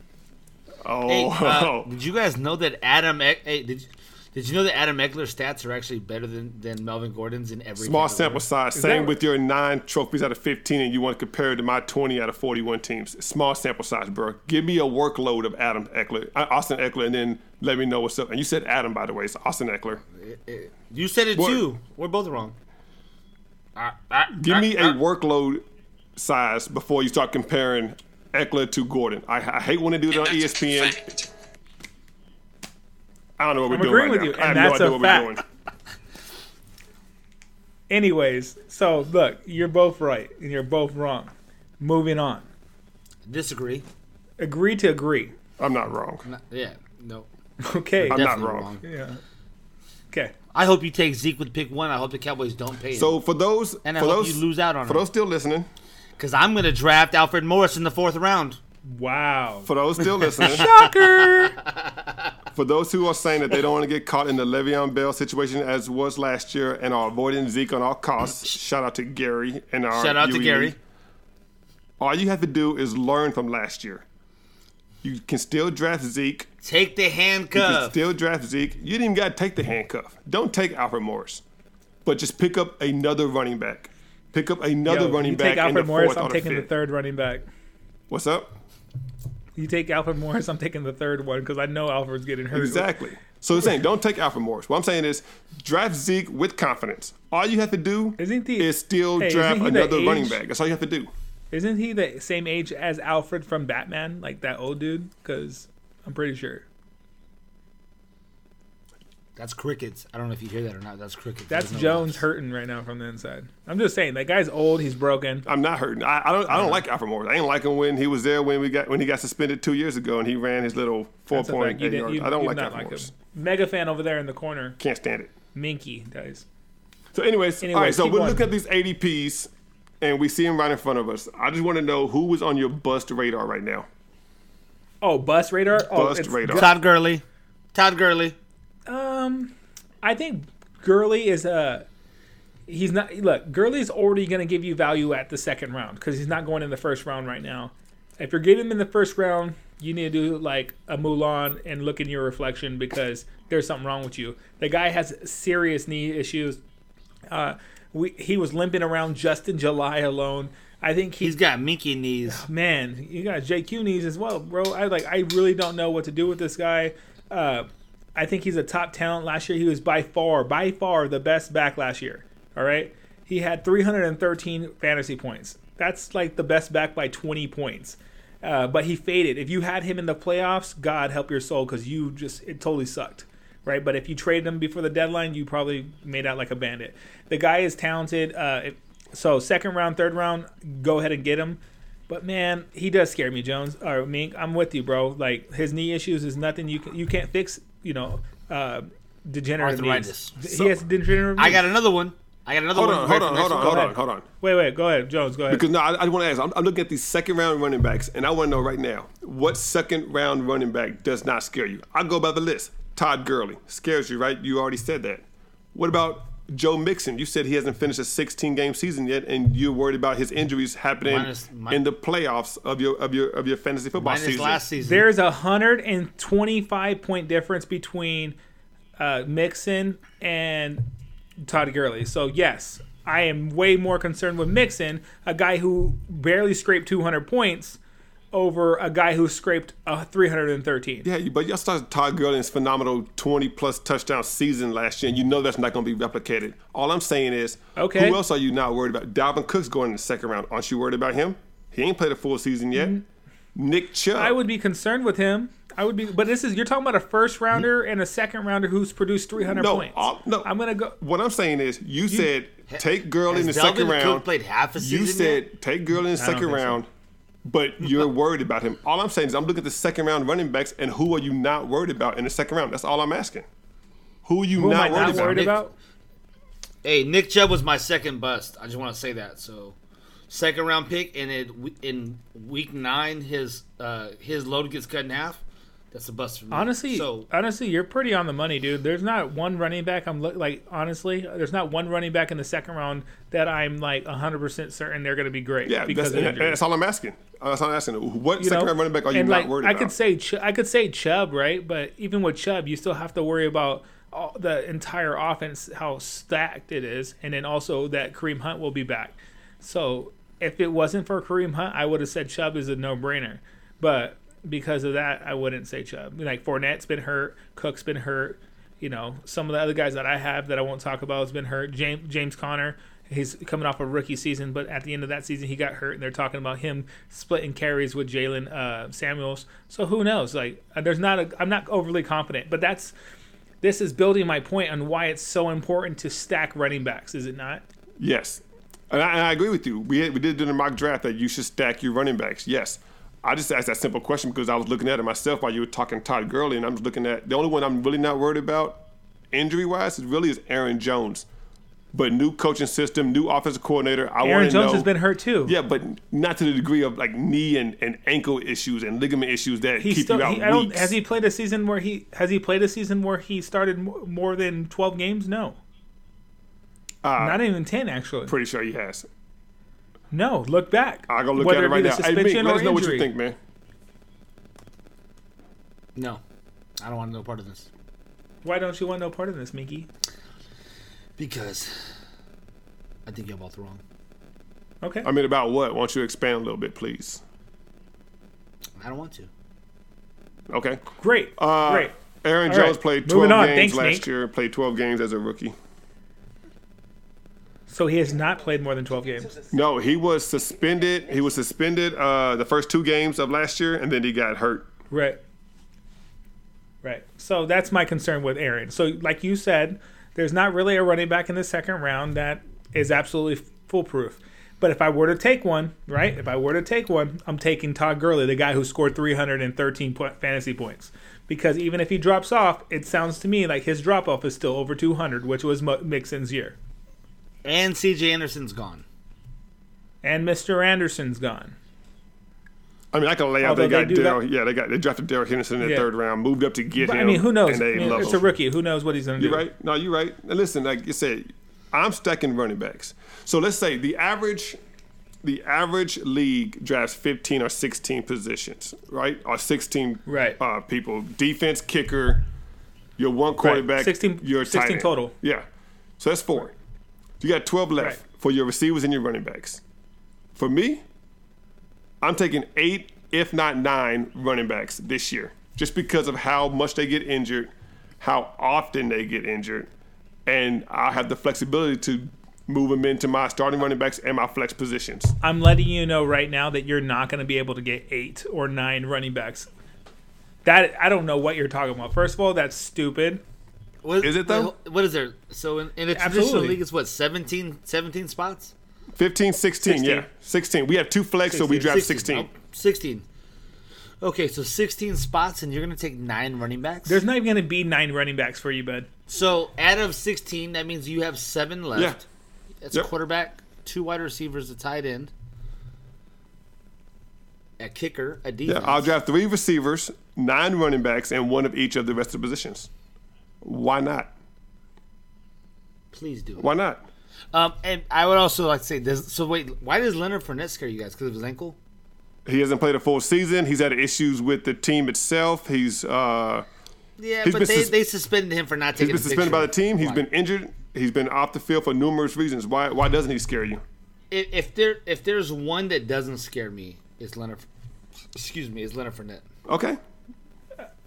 A: Oh,
F: Hey, uh,
D: [laughs]
F: did you guys know that Adam? Eck- Hey, did you, did you know that Adam Eckler's stats are actually better than, than Melvin Gordon's in every
A: Small
F: category?
A: sample size.
D: that
A: Same
D: right?
A: with your nine trophies out of 15, and you want to compare it to my 20 out of 41 teams. Small sample size, bro. Give me a workload of Adam Eckler, uh, Austin Eckler, and then let me know what's up. And you said Adam, by the way. It's Austin Eckler.
F: it- it- you said it
A: What-
F: too. We're both wrong. I, I,
A: Give
F: I-
A: me
F: I-
A: a workload size before you start comparing Eckler to Gordon. I, I hate when they do it on E ESPN. I don't know what we're doing
D: agreeing
A: right
D: with
A: now.
D: you,
A: I have
D: and
A: no
D: that's
A: idea
D: a
A: what we're
D: fact.
A: doing.
D: Anyways, so look, you're both right and you're both wrong. Moving on.
F: disagree.
D: Agree to agree. [laughs]
A: I'm not wrong.
F: Yeah, no,
D: Okay.
A: I'm not
F: definitely
A: wrong.
D: Yeah. Okay.
F: I hope you take Zeke with pick one. I hope the Cowboys don't pay him
A: So for those,
F: And I
A: for
F: hope
A: those,
F: you lose out on
A: for
F: him.
A: those still listening,
F: because I'm going to draft Alfred Morris in the fourth round.
D: Wow.
A: for those still
D: [laughs]
A: listening, [laughs]
D: Shocker.
A: for those who are saying that they don't want to get caught in the Le'Veon Bell situation as was last year and are avoiding Zeke on all costs, shout out to Gary and our
F: Shout out to
A: UE.
F: Gary.
A: All you have to do is learn from last year. You can still draft Zeke.
F: Take the
A: You
F: handcuff.
A: can still draft Zeke. You didn't even got to take the handcuff. Don't take Alfred Morris, but just pick up another running back. Pick up another
D: Yo,
A: running
D: you
A: back
D: take Alfred
A: in the
D: Morris,
A: fourth
D: I'm
A: or the
D: taking the
A: fifth.
D: third running back.
A: What's up?
D: You take Alfred Morris, I'm taking the third one because I know Alfred's getting hurt.
A: Exactly. So the saying, don't take Alfred Morris. What I'm saying is, draft Zeke with confidence. All you have to do
D: Isn't he-
A: is still
D: hey,
A: draft
D: isn't he the
A: another running
D: age-
A: back. That's all you have to do.
D: Isn't he the same age as Alfred from Batman, like that old dude? Because I'm pretty sure.
F: That's crickets. I don't know if you hear that or not. That's crickets.
D: That's
F: There's no
D: Jones
F: laughs.
D: hurting right now from the inside. I'm just saying that guy's old. He's broken.
A: I'm not hurting. I, I don't.
D: Uh-huh.
A: I don't like Alfred Morris. I didn't like him when he was there when we got when he got suspended two years ago and he ran his little four
D: That's a fact.
A: point
D: You
A: eight
D: didn't-
A: yards.
D: you-
A: I don't
D: you
A: like
D: not
A: Alfred Morris.
D: him. Mega fan over there in the corner,
A: Can't stand it.
D: Minky guys.
A: So, anyways, all right.
D: Anyways,
A: So
D: keep
A: we
D: going.
A: look at these ADPs and we see them right in front of us. I just want to know who was on your bust radar right now.
D: Oh, bus radar. Oh,
A: Bust
D: it's-
A: radar.
F: Todd Gurley. Todd Gurley.
D: Um, I think Gurley is a. He's not. Look, Gurley's already going to give you value at the second round because he's not going in the first round right now. If you're getting him in the first round, you need to do like a Mulan and look in your reflection because there's something wrong with you. The guy has serious knee issues. Uh, we, he was limping around just in July alone. I think he
F: He's got minky knees.
D: man, you got JQ knees as well, bro. I like I really don't know what to do with this guy. Uh, I think he's a top talent. Last year he was by far, by far the best back last year. All right, he had 313 fantasy points. That's like the best back by 20 points. Uh, but he faded. If you had him in the playoffs, God help your soul, because you just it totally sucked, right? But if you traded him before the deadline, you probably made out like a bandit. The guy is talented. Uh, if- so second round, third round, go ahead and get him. But man, he does scare me, Jones. Or Mink, I'm with you, bro. Like his knee issues is nothing you can, you can't fix. You know, uh, degenerative
F: Arthritis.
D: knees. he has degenerative.
F: I
D: knees.
F: got another one. I got another
A: Hold
F: one.
A: on. Hold
F: right for
A: on.
F: the
A: Hold
F: next
A: on.
F: one.
A: Hold
F: Go
A: on.
F: ahead.
A: Hold on.
D: Wait, wait, go ahead, Jones. Go ahead.
A: Because no, I, I want to ask. I'm, I'm looking at these second round running backs, and I want to know right now what second round running back does not scare you. I go by the list. Todd Gurley scares you, right? You already said that. What about Joe Mixon? You said he hasn't finished a 16 game season yet, and you're worried about his injuries happening
F: Minus- mi-
A: in the playoffs of your of your of your fantasy football
F: Minus
A: season.
F: last season.
D: There's a hundred and twenty-five point difference between uh, Mixon and Todd Gurley. So yes, I am way more concerned with Mixon, a guy who barely scraped two hundred points, over a guy who scraped uh, three hundred and thirteen.
A: Yeah, but y'all started Todd Gurley's phenomenal 20 plus touchdown season last year, and you know that's not going to be replicated. All I'm saying is,
D: Okay.
A: who else are you not worried about? Dalvin Cook's going in the second round. Aren't you worried about him? He ain't played a full season yet. Nick Chubb.
D: Mm-hmm. I would be concerned with him. I would be, but this is you're talking about a first rounder and a second rounder who's produced 300
A: no, uh,
D: points.
A: all- no.
D: I'm gonna go.
A: What I'm saying is, you, said take Gurley in the
F: Has
A: second
F: Dalvin Cook
A: round.
F: played half a
A: You
F: season
A: said take Gurley in the second
D: think so.
A: round,
D: [laughs]
A: but you're worried about him. All I'm saying is, I'm looking at the second round running backs, and who are you not worried about in the second round? That's all I'm asking. Who are you
D: Who am I
A: not, worried,
D: not
A: about?
D: worried
F: Nick-
D: about?
F: Hey, Nick Chubb was my second bust. I just want to say that. So, second round pick, and it in week nine, his uh his load gets cut in half. That's a bust for me.
D: Honestly, uh,
F: so
D: honestly, you're pretty on the money, dude. There's not one running back I'm look like. Honestly, there's not one running back in the second round that I'm like 100 percent certain they're gonna be great.
A: Yeah,
D: because
A: that's,
D: of
A: and
D: injury.
A: that's all I'm asking. That's all I'm asking. What second round running back are you
D: and
A: not
D: like,
A: worried
D: I
A: about?
D: could say Ch- I could say Chubb, right? But even with Chubb, you still have to worry about all, the entire offense, how stacked it is, and then also that Kareem Hunt will be back. So if it wasn't for Kareem Hunt, I would have said Chubb is a no-brainer. But because of that, I wouldn't say Chubb. Like Fournette's been hurt, Cook's been hurt. You know, some of the other guys that I have that I won't talk about has been hurt. James James Conner, he's coming off a rookie season, but at the end of that season he got hurt, and they're talking about him splitting carries with Jalen uh, Samuels. So who knows? Like, uh, there's not a I'm not overly confident, but that's this is building my point on why it's so important to stack running backs, is it not?
A: Yes, and I, and I agree with you. We had, we did do the mock draft that you should stack your running backs. Yes. I just asked that simple question because I was looking at it myself while you were talking Todd Gurley, and I'm just looking at the only one I'm really not worried about injury wise is really is Aaron Jones. But new coaching system, new offensive coordinator. I
D: Aaron
A: want to
D: Jones
A: know.
D: has been hurt too.
A: yeah, but not to the degree of like knee and, and ankle issues and ligament issues that
D: He's
A: keep
D: still.
A: you out
D: He, I don't,
A: weeks.
D: has he played a season where he has he played a season where he started mo- more than twelve games? No, not even ten actually.
A: Uh, Pretty sure he has.
D: no, look back.
A: I go look
D: Whether
A: at it right
D: be
A: now.
D: the
A: Hey, Mink,
D: suspension
A: let
D: or
A: us know what
D: injury.
A: you think, man.
F: No, I don't want no part of this
D: Why don't you want no part of this, Mickey?
F: because I think you're both wrong.
D: Okay.
A: I mean, about what? Why don't you expand a little bit, please?
F: I don't want to.
A: Okay.
D: Great.
A: Uh,
D: Great.
A: Aaron
D: All
A: Jones
D: right.
A: played 12
D: Moving on.
A: games
D: Thanks,
A: last
D: Nate.
A: year, played 12 games as a rookie.
D: So he has not played more than twelve games.
A: No, he was suspended. He was suspended uh, the first two games of last year, and then he got hurt.
D: Right. Right. So that's my concern with Aaron. So, like you said, there's not really a running back in the second round that is absolutely foolproof. But if I were to take one, right? If I were to take one, I'm taking Todd Gurley, the guy who scored 313 po- fantasy points. Because even if he drops off, it sounds to me like his drop off is still over 200, which was Mo- Mixon's year.
F: And C.J. Anderson's gone.
D: And Mr. Anderson's gone.
A: I mean, I can lay out
D: Although
A: they
D: they
A: got
D: do
A: Daryl. Yeah, they got they drafted Daryl Henderson in the
D: Yeah.
A: third round, moved up to get
D: But,
A: him.
D: I mean, who knows?
A: And they
D: I mean,
A: love
D: it's
A: him.
D: a rookie. Who knows what he's going to do?
A: You're right. No, you're right. And listen, like you said, I'm stacking running backs. So let's say the average, the average league drafts 15 or 16 positions, right? Or 16
D: Right.
A: uh, people. Defense, kicker, your one quarterback,
D: 16
A: your tight
D: 16
A: end.
D: total.
A: Yeah. So that's four. You got 12 left
D: Right.
A: for your receivers and your running backs. For me, I'm taking eight, if not nine, running backs this year, just because of how much they get injured, how often they get injured, and I have the flexibility to move them into my starting running backs and my flex positions.
D: I'm letting you know right now that you're not going to be able to get eight or nine running backs. That I don't know what you're talking about. First of all, that's stupid.
F: What,
A: Is it, though?
F: what- what is there? So in, in a traditional
D: Absolutely.
F: league, it's what 17, 17 spots.
A: 15, 16,
D: 16.
A: yeah, 16. We have two flex, so we draft 16.
F: Oh, 16. Okay, so 16 spots, and you're going to take nine running backs.
D: There's not even going to be nine running backs for you, bud.
F: so out of 16, that means you have seven left.
A: Yeah,
F: That's
A: Yep.
F: quarterback, two wide receivers, a tight end, a kicker, a
A: yeah.
F: defense.
A: I'll draft three receivers, nine running backs, and one of each of the rest of the positions. Why not?
F: Please do. it.
A: Why not?
F: Um, and I would also like to say this. So wait, why does Leonard Fournette scare you guys? Because of his ankle?
A: He hasn't played a full season. He's had issues with the team itself. He's uh,
F: Yeah,
A: He's
F: but
A: been
F: they,
A: sus-
F: they suspended him for not
A: He's
F: taking.
A: been
F: a
A: suspended
F: picture.
A: by the team. He's
F: Why?
A: been injured. He's been off the field for numerous reasons. Why? Why doesn't he scare you?
F: if, if there if there's one that doesn't scare me, it's Leonard. Excuse me, it's Leonard Fournette.
A: Okay.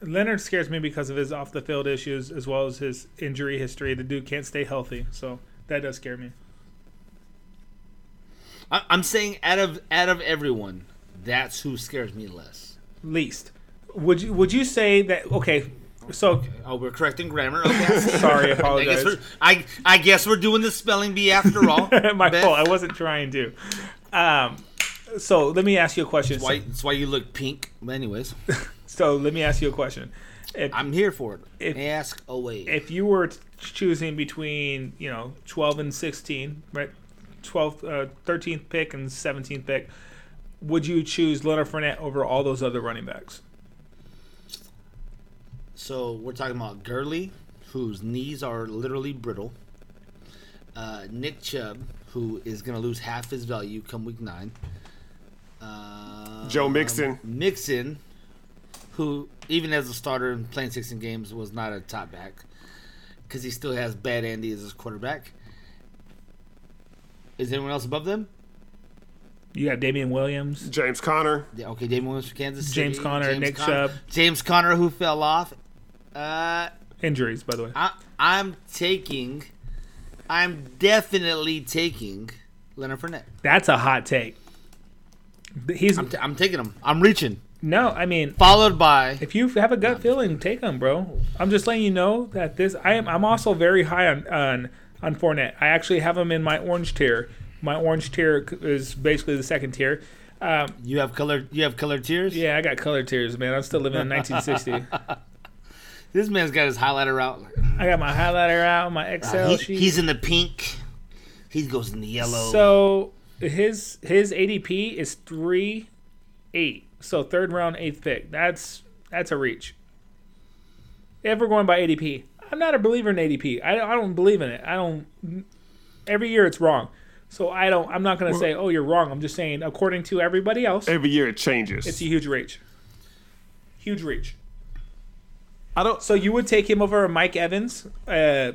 D: Leonard scares me because of his off the field issues as well as his injury history. The dude can't stay healthy, so that does scare me.
F: I, I'm saying out of out of everyone, that's who scares me less.
D: Least. Would you would you say that okay, so [laughs]
F: Oh, we're correcting grammar. Okay,
D: sorry,
F: I guess
D: apologize.
F: we're I, I guess we're doing the spelling bee after all.
D: [laughs] My
F: Beth.
D: fault. I wasn't trying to. Um so let me ask you a question.
F: Why, that's why you look pink. But anyways,
D: So let me ask you a question. If,
F: I'm here for it.
D: If-
F: Ask away.
D: if you were t- choosing between you know 12 and 16 right 12 uh, 13th pick and 17th pick would you choose Leonard Fournette over all those other running backs
F: So we're talking about Gurley, whose knees are literally brittle. Uh, Nick Chubb, who is going to lose half his value come week nine. Uh,
A: Joe Mixon.
F: Mixon, who even as a starter in playing 16 games was not a top back, because he still has Bad Andy as his quarterback. Is anyone else above them?
D: you got Damian Williams
A: James Conner.
F: Yeah, okay, David Williams for Kansas City.
D: James Conner, Nick
F: Conner-
D: Chubb.
F: James Conner, who fell off. Uh,
E: Injuries, by the way.
F: I, I'm taking, I'm definitely taking Leonard Fournette.
D: That's a hot take.
E: He's
F: I'm, t- I'm taking him. I'm reaching.
D: No, I mean,
F: Followed by
D: if you have a gut feeling, take him, bro. I'm just letting you know that this. I am. I'm also very high on on on Fournette. I actually have him in my orange tier. My orange tier c- is basically the second tier. Um,
F: you have color. You have colored tears.
D: Yeah, I got color tiers, man. I'm still living
F: [laughs]
D: in 1960.
F: This man's got his highlighter out. Like,
D: I got my highlighter out, my Excel
F: he-
D: sheet.
F: he's in the pink. He goes in the yellow.
D: So his his ADP is three eight. So third round, eighth pick. That's that's a reach. If we're going by ADP, I'm not a believer in ADP. I, don't- I don't believe in it. I don't. Every year it's wrong. So I don't. I'm not going to say, oh, you're wrong. I'm just saying, according to everybody else,
A: Every year it changes.
D: it's a huge reach. Huge reach.
A: I don't.
D: So you would take him over Mike Evans, uh,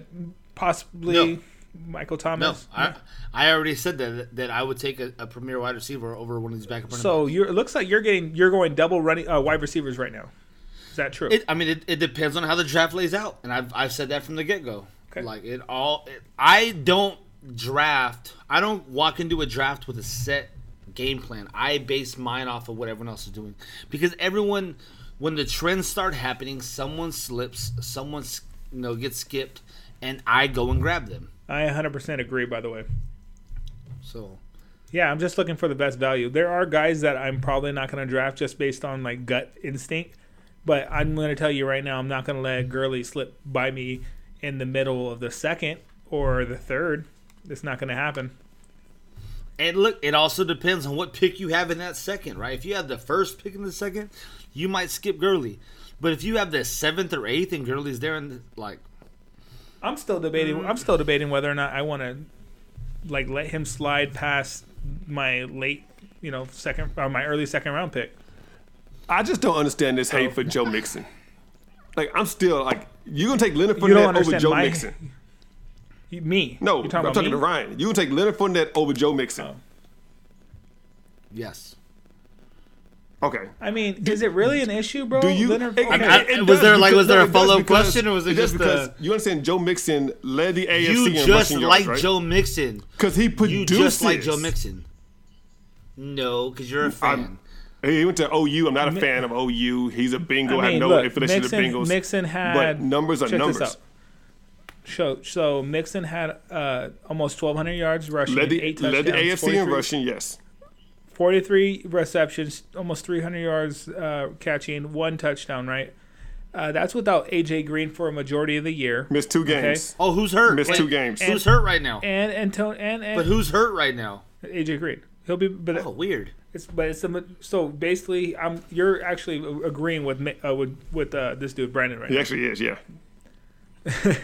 D: possibly
F: No.
D: Michael
F: no,
D: Thomas.
F: I, I already said that that I would take a, a premier wide receiver over one of these backup. running
D: So you're, it looks like you're getting you're going double running uh, wide receivers right now. Is that true?
F: It, I mean, it, it depends on how the draft lays out, and I've, I've said that from the get go.
D: Okay.
F: Like it all, it, I don't draft. I don't walk into a draft with a set game plan. I base mine off of what everyone else is doing because everyone, when the trends start happening, someone slips, someone s- you know gets skipped, and I go and grab them.
D: I 100% agree. By the way,
F: So
D: yeah, I'm just looking for the best value. There are guys that I'm probably not going to draft just based on like gut instinct, but I'm going to tell you right now, I'm not going to let Gurley slip by me in the middle of the second or the third. It's not going to happen.
F: And look, it also depends on what pick you have in that second, right? If you have the first pick in the second, you might skip Gurley. But if you have the seventh or eighth and Gurley's there, and like,
D: I'm still debating. I'm still debating whether or not I want to like let him slide past my late, you know, second or my early second round pick.
A: I just don't understand this hate
D: Oh.
A: for Joe Mixon. Like I'm still like you're gonna take Leonard
D: You don't
A: Fournette over
D: understand
A: Joe
D: my-
A: Mixon.
D: You- Me?
A: No,
D: You're
A: I'm
D: talking about
A: talking
D: me? Oh.
A: to Ryan. You can take Leonard Fournette over Joe Mixon.
F: yes.
A: Okay.
D: I mean, is it really an issue, bro?
A: Do you?
D: Leonard
A: it-
D: Fournette?
F: I-
A: it- it
F: was
A: does
F: there, like, was there a
A: it does
F: follow-up
A: because-
F: question, or was it
A: does
F: just
A: because
F: a-
A: you understand Joe Mixon led the AFC
F: You
A: in
F: just
A: rushing
F: like
A: yards, right?
F: Joe Mixon.
A: because he
F: You
A: produced
F: just like Joe Mixon. No, because you're a fan.
A: I'm- He went to OU. I'm not a fan of OU. He's a Bengal. I,
D: I mean,
A: have no
D: look,
A: affiliation
D: Mixon,
A: to the Bengals.
D: Mixon had
A: but numbers are
D: check
A: numbers.
D: This out. So, so Mixon had uh, almost 1,200 yards rushing,
A: Led the,
D: eight touchdowns,
A: led the AFC in
D: 43
A: rushing. Yes.
D: 43 receptions, almost 300 yards uh, catching, one touchdown. Right. Uh, that's without AJ Green for a majority of the year.
A: Missed two games.
F: oh, who's hurt?
A: Missed two games.
F: Who's hurt right now?
D: And and Tony and, and
F: but who's hurt right now?
D: AJ Green. He'll be, but
F: Oh, weird.
D: It's but it's the, so basically, I'm you're actually agreeing with me- uh, with with uh, this dude Brandon right
A: He
D: now.
A: actually is. Yeah.
D: [laughs]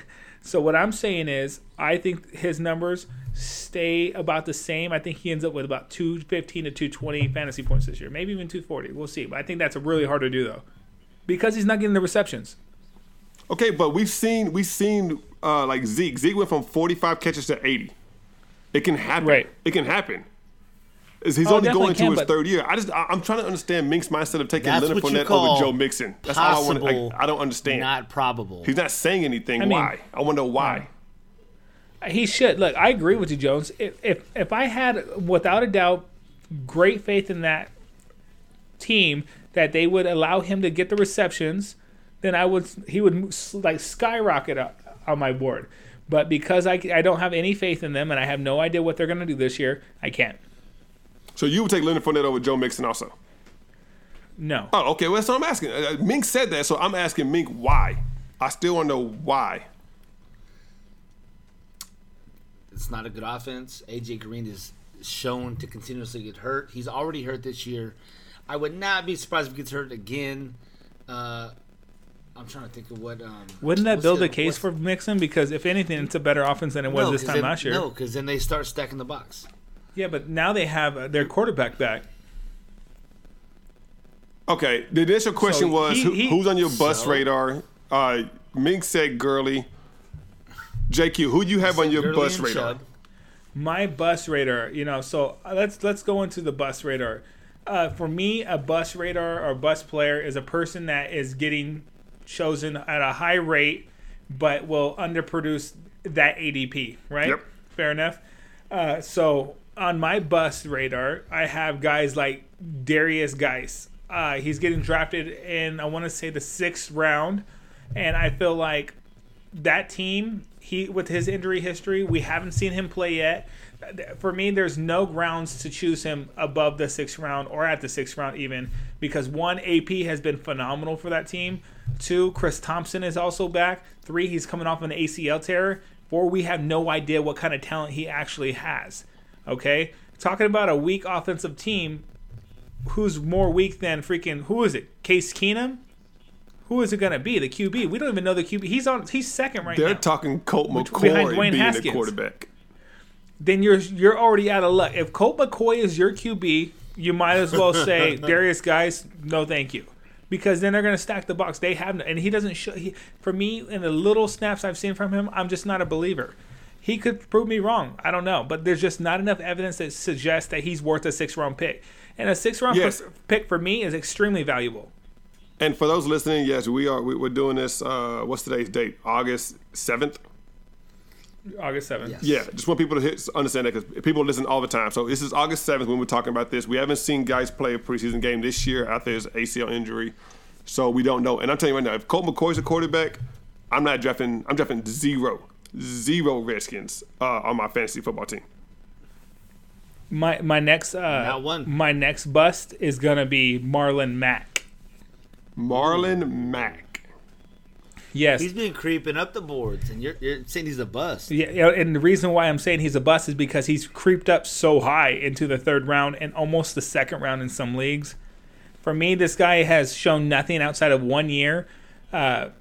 D: So what I'm saying is, I think his numbers stay about the same. I think he ends up with about 215 to 220 fantasy points this year, maybe even 240. We'll see. But I think that's really hard to do though, because he's not getting the receptions.
A: Okay, but we've seen we've seen uh, like Zeke. Zeke went from 45 catches to 80. It can happen.
D: Right.
A: It can happen. Is he's
D: Oh, it
A: only
D: definitely
A: going
D: can,
A: into his
D: but-
A: third year. I just I, I'm trying to understand Mink's mindset of taking
F: That's
A: Leonard
F: what you
A: Fournette
F: call
A: over Joe Mixon. That's all I want.
F: Possible.
A: I, I don't understand.
F: Not probable.
A: he's not saying anything.
D: mean-
A: why? I wonder why.
D: He should look. I agree with you, Jones. If if, if I had without a doubt great faith in that team that they would allow him to get the receptions, then I would he would mo- s- like skyrocket up on my board. But because I, c- I don't have any faith in them and I have no idea what they're going to do this year, I can't.
A: So you would take Leonard Fournette over Joe Mixon also?
D: No.
A: Oh, okay. Well, that's what I'm asking. Uh, uh, Mink said that, so I'm asking Mink why. I still want to know why.
F: It's not a good offense. AJ Green is shown to continuously get hurt. He's already hurt this year. I would not be surprised if he gets hurt again. Uh, I'm trying to think of what. Um,
D: Wouldn't that
F: what's
D: build
F: the-
D: a case
F: what's-
D: for Mixon? Because if anything, it's a better offense than it was
F: No,
D: this
F: 'cause
D: time
F: then-
D: last year.
F: No, because then they start stacking the box.
D: Yeah, but now they have uh, their quarterback back.
A: Okay, the initial question
D: So
A: was
D: he-
A: who,
D: he-
A: who's on your bus
F: so-
A: radar? Uh, Mink said Gurley. JQ, who you have on your
F: Gurley
A: bus
F: and
A: radar?
F: Chubb.
D: my bus radar you know so uh, let's let's go into the bus radar uh, for me a bus radar or bus player is a person that is getting chosen at a high rate but will underproduce that ADP, right?
A: Yep.
D: Fair enough. Uh, so on my bust radar, I have guys like Darius Geis. Uh, he's getting drafted in, I want to say, the sixth round. And I feel like that team, he with his injury history, we haven't seen him play yet. For me, there's no grounds to choose him above the sixth round or at the sixth round even because one AP has been phenomenal for that team. Two, Chris Thompson is also back. Three, he's coming off an ACL tear. Four, we have no idea what kind of talent he actually has. Okay, talking about a weak offensive team, who's more weak than freaking who is it? Case Keenum. Who is it gonna be? The QB? We don't even know the QB. He's on. He's second right
A: They're
D: now.
A: talking Colt
D: behind
A: McCoy
D: Dwayne
A: being the
D: Haskins.
A: quarterback.
D: then you're you're already out of luck. If Colt McCoy is your QB, you might as well say Darius guys, no thank you, because then they're gonna stack the box. They have no, and he doesn't show. He, for me, in the little snaps I've seen from him, I'm just not a believer. He could prove me wrong. I don't know, but there's just not enough evidence that suggests that he's worth a six round pick. And a six round
A: Yes.
D: pick for me is extremely valuable.
A: And for those listening, yes, we are. We, we're doing this. Uh, what's today's date? August seventh.
D: August seventh.
A: Yeah, just want people to hit, understand that because people listen all the time. So this is August seventh when we're talking about this. We haven't seen guys play a preseason game this year after his ACL injury, so we don't know. And I'm telling you right now, if Colt McCoy's a quarterback, I'm not drafting. I'm drafting zero, zero Redskins uh, on my fantasy football team.
D: My my next uh,
F: Not one.
D: My next bust is gonna be Marlon Mack.
A: Marlon Mack.
D: Yes,
F: He's been creeping up the boards, and you're, you're saying he's a bust.
D: Yeah, yeah, and the reason why I'm saying he's a bust is because he's creeped up so high into the third round and almost the second round in some leagues. For me, this guy has shown nothing outside of one year. Uh,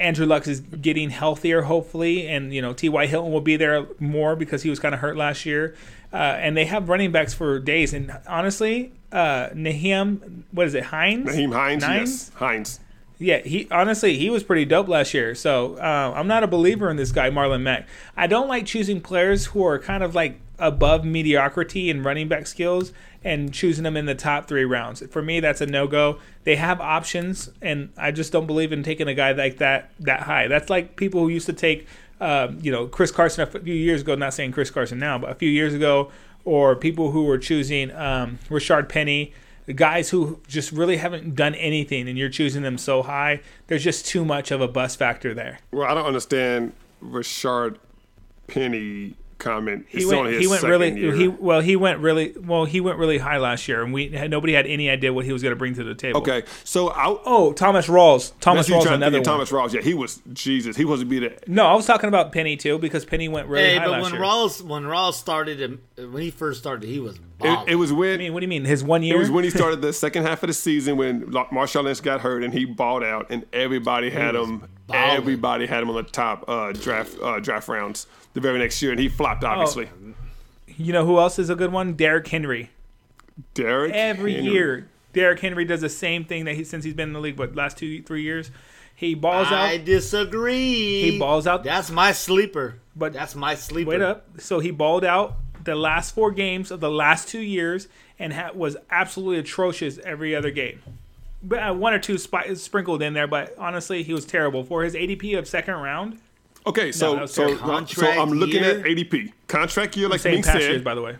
D: Andrew Lux is getting healthier, hopefully, and you know T.Y. Hilton will be there more because he was kind of hurt last year. Uh, and they have running backs for days. And honestly, uh, Naheem, what is it, Hines?
A: Naheem Hines.
D: Nines?
A: Yes, Hines.
D: Yeah, he honestly he was pretty dope last year. So uh, I'm not a believer in this guy Marlon Mack. I don't like choosing players who are kind of like above mediocrity in running back skills and choosing them in the top three rounds. For me, that's a no go. They have options, and I just don't believe in taking a guy like that that high. That's like people who used to take, um, you know, Chris Carson a few years ago. Not saying Chris Carson now, but a few years ago, or people who were choosing um, Richard Penny guys who just really haven't done anything and you're choosing them so high, there's just too much of a bust factor there.
A: Well, I don't understand Richard Penny comment.
D: He went, he went really he well he went really well he went really high last year and we had, nobody had any idea what he was going to bring to the table.
A: okay, so I.
D: Oh, Thomas Rawls. Thomas
A: That's you trying
D: Rawls
A: to think
D: another
A: of
D: one.
A: Thomas Rawls, yeah, he was Jesus. He was to be the
D: no, I was talking about Penny too because Penny went really
F: Hey,
D: high
F: but
D: last
F: when
D: year.
F: Rawls when Rawls started him when he first started, he was
A: It, it was when
D: I mean, what do you mean? His one year?
A: it was when he started the second half of the season when La- Marshawn Lynch got hurt and he balled out and everybody had him.
F: balling.
A: Everybody had him on the top uh, draft uh, draft rounds the very next year and he flopped obviously.
D: you know who else is a good one? Derrick Henry.
A: Derek
D: every year. Derrick Henry does the same thing that he since he's been in the league. What last two three years, he balls out.
F: I disagree.
D: He balls out.
F: That's my sleeper. But
D: But-
F: that's my sleeper.
D: Wait up. So he balled out the last four games of the last two years and ha- was absolutely atrocious every other game. But uh, one or two spi- sprinkled in there, but honestly, he was terrible for his ADP of second round.
A: Okay, so uh,
D: that was
A: so,
D: terrible.
A: so
F: Contract
A: I'm looking
F: year?
A: at ADP contract year like
D: Saying
A: Mink
D: past
A: said.
D: years, by the way.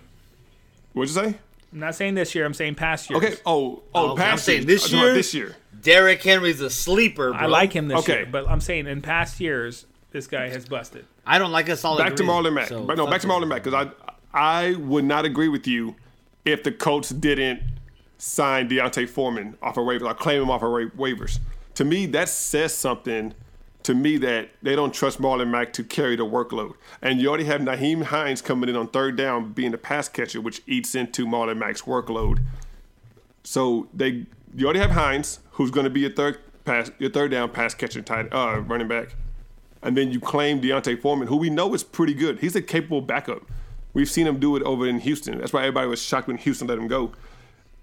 A: What'd you say?
D: I'm not saying this year. I'm saying past years.
A: Okay. Oh, oh,
F: Okay,
A: past
F: I'm saying
A: years.
F: this
A: I'm talking about
F: year?
A: This year.
F: Derrick Henry's a sleeper. Bro.
D: I like him this
A: Okay.
D: year, but I'm saying in past years, this guy has busted.
F: I don't like us all.
A: back to
F: agreeing,
A: Marlon Mack.
F: so
A: But no,
F: fuck
A: back to
F: it.
A: Marlon Mack because I I would not agree with you if the Colts didn't sign Deontay Foreman off of waivers. I claim him off of wa- waivers. To me, that says something. To me, that they don't trust Marlon Mack to carry the workload, and you already have Naheem Hines coming in on third down being the pass catcher, which eats into Marlon Mack's workload. So they you already have Hines, who's going to be your third pass, your third down pass catcher, tight uh, running back, and then you claim Deontay Foreman, who we know is pretty good. He's a capable backup. We've seen him do it over in Houston. That's why everybody was shocked when Houston let him go.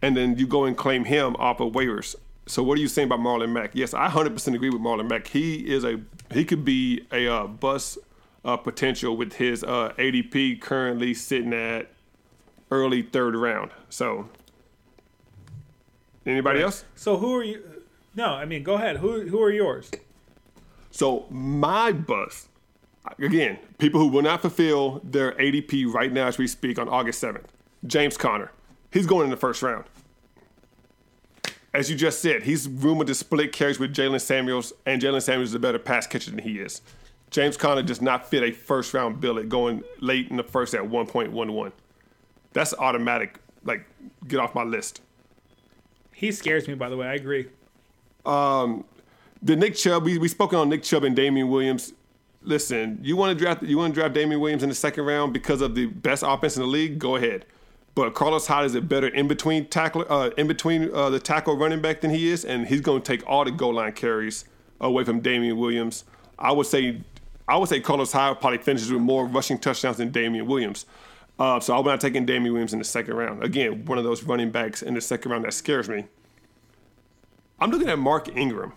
A: And then you go and claim him off of waivers. So what are you saying about Marlon Mack? Yes, I 100% agree with Marlon Mack. He is a he could be a uh, bus uh, potential with his uh, ADP currently sitting at early third round. So anybody else?
D: So who are you? No, I mean, go ahead. Who who are yours?
A: So my bust, again, people who will not fulfill their ADP right now as we speak on August 7th. James Conner. He's going in the first round. As you just said, he's rumored to split carries with Jalen Samuels, and Jalen Samuels is a better pass catcher than he is. James Conner does not fit a first round billet going late in the first at 1.11. That's automatic, like, get off my list.
D: He scares me, by the way. I agree.
A: Um, The Nick Chubb, we we spoken on Nick Chubb and Damian Williams. Listen, you want to draft you want to draft Damian Williams in the second round because of the best offense in the league. Go ahead, but Carlos Hyde is a better in between tackler, uh, in between uh, the tackle running back than he is, and he's going to take all the goal line carries away from Damian Williams. I would say I would say Carlos Hyde probably finishes with more rushing touchdowns than Damian Williams. Uh, so I'm not taking Damian Williams in the second round. Again, one of those running backs in the second round that scares me. I'm looking at Mark Ingram.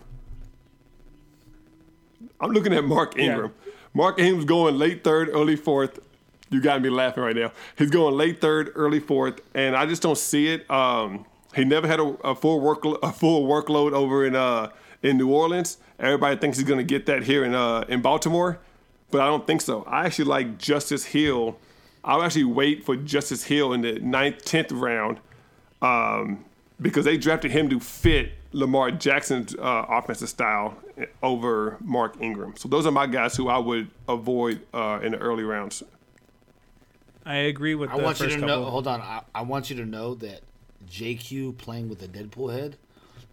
A: I'm looking at Mark Ingram. Mark Ingram's going late third, early fourth. You got me laughing right now. He's going late third, early fourth, and I just don't see it. Um, he never had a, a full work a full workload over in uh, in New Orleans. Everybody thinks he's going to get that here in uh, in Baltimore, but I don't think so. I actually like Justice Hill. I'll actually wait for Justice Hill in the ninth, tenth round um, because they drafted him to fit Lamar Jackson's uh, offensive style over Mark Ingram. So those are my guys who I would avoid uh, in the early rounds.
D: I agree with
F: I
D: the
F: want you
D: first
F: to know.
D: couple.
F: Hold on. I, I want you to know that JQ playing with the Deadpool head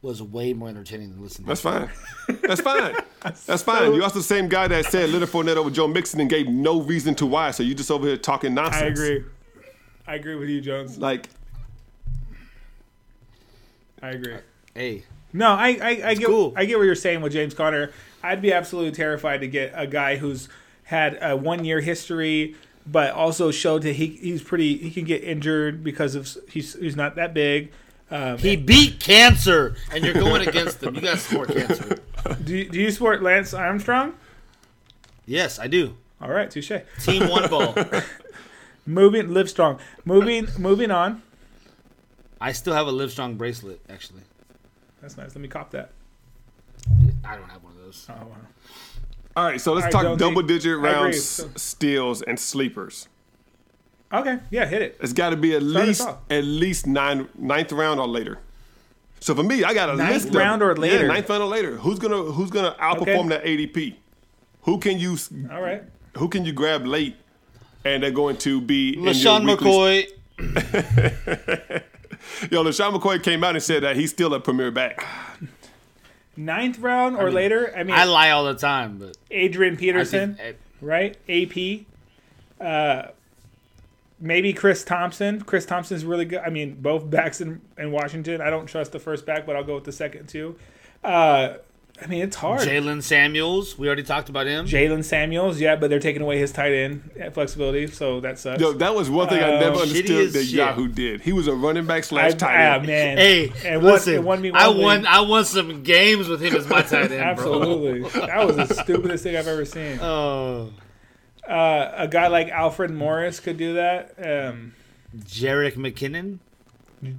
F: was way more entertaining than listening.
A: That's fine. That's
D: [laughs]
A: fine. That's fine. You're also the same guy that said Leonard Fournette over Joe Mixon and gave no reason to why. So you just over here talking nonsense.
D: I agree. I agree with you, Jones.
A: Like
D: I agree.
F: Hey,
D: No, I I, I get
F: cool.
D: I get what you're saying with James Conner. I'd be absolutely terrified to get a guy who's had a one year history, but also showed that he he's pretty he can get injured because of s- he's he's not that big. Um,
F: he beat cancer, and you're going against them. You
A: [laughs]
F: guys support cancer.
D: do, you- do you support Lance Armstrong?
F: Yes, I do.
D: All right, touche.
F: Team one ball.
D: Moving, live strong. Moving, moving on.
F: I still have a Livestrong bracelet. Actually,
D: That's nice. Let me cop that.
F: I don't have one of those.
D: Oh wow.
A: All right, so let's
D: All right,
A: talk
D: Jonesy.
A: double digit
D: I agree.
A: rounds, steals, and sleepers.
D: Okay, yeah, hit it.
A: It's got to be at
D: us
A: least
D: off.
A: at least nine ninth round or later. So for me, I got a
D: Ninth
A: list.
D: round
A: of,
D: or later.
A: Yeah, ninth round or later. Who's gonna Who's gonna outperform
D: Okay.
A: that ADP? Who can you s-
D: All right.
A: Who can you grab late? And they're going to be in your
F: LaShawn
A: weekly-
F: McCoy.
A: Yo, LaShawn McCoy came out and said that he's still a premier back.
D: Ninth round or later. I mean,
F: I lie all the time, but
D: Adrian
F: I
D: Peterson.
F: think, eh,
D: right? AP. Uh, maybe Chris Thompson. Chris Thompson's really good. I mean, both backs in, in Washington. I don't trust the first back, but I'll go with the second two. Uh, I mean, it's hard.
F: uh, Jalen Samuels. We already talked about him.
D: Jalen Samuels, yeah, but they're taking away his tight end flexibility, so that sucks.
A: Yo, that was one thing
D: Oh,
A: I never
F: shitty
A: understood
F: as
A: that
F: shit.
A: Yahoo did. He was a running back
D: I,
A: slash tight
D: ah,
A: end.
D: man.
F: Hey,
D: [laughs] and one-
F: listen,
D: it won me
F: I
D: one
F: won.
D: league.
F: I won some games with him as my tight end, bro. [laughs]
D: Absolutely. that was the stupidest thing I've ever seen.
F: Oh,
D: Uh, a guy like Alfred Morris could do that. Um,
F: Jarek McKinnon.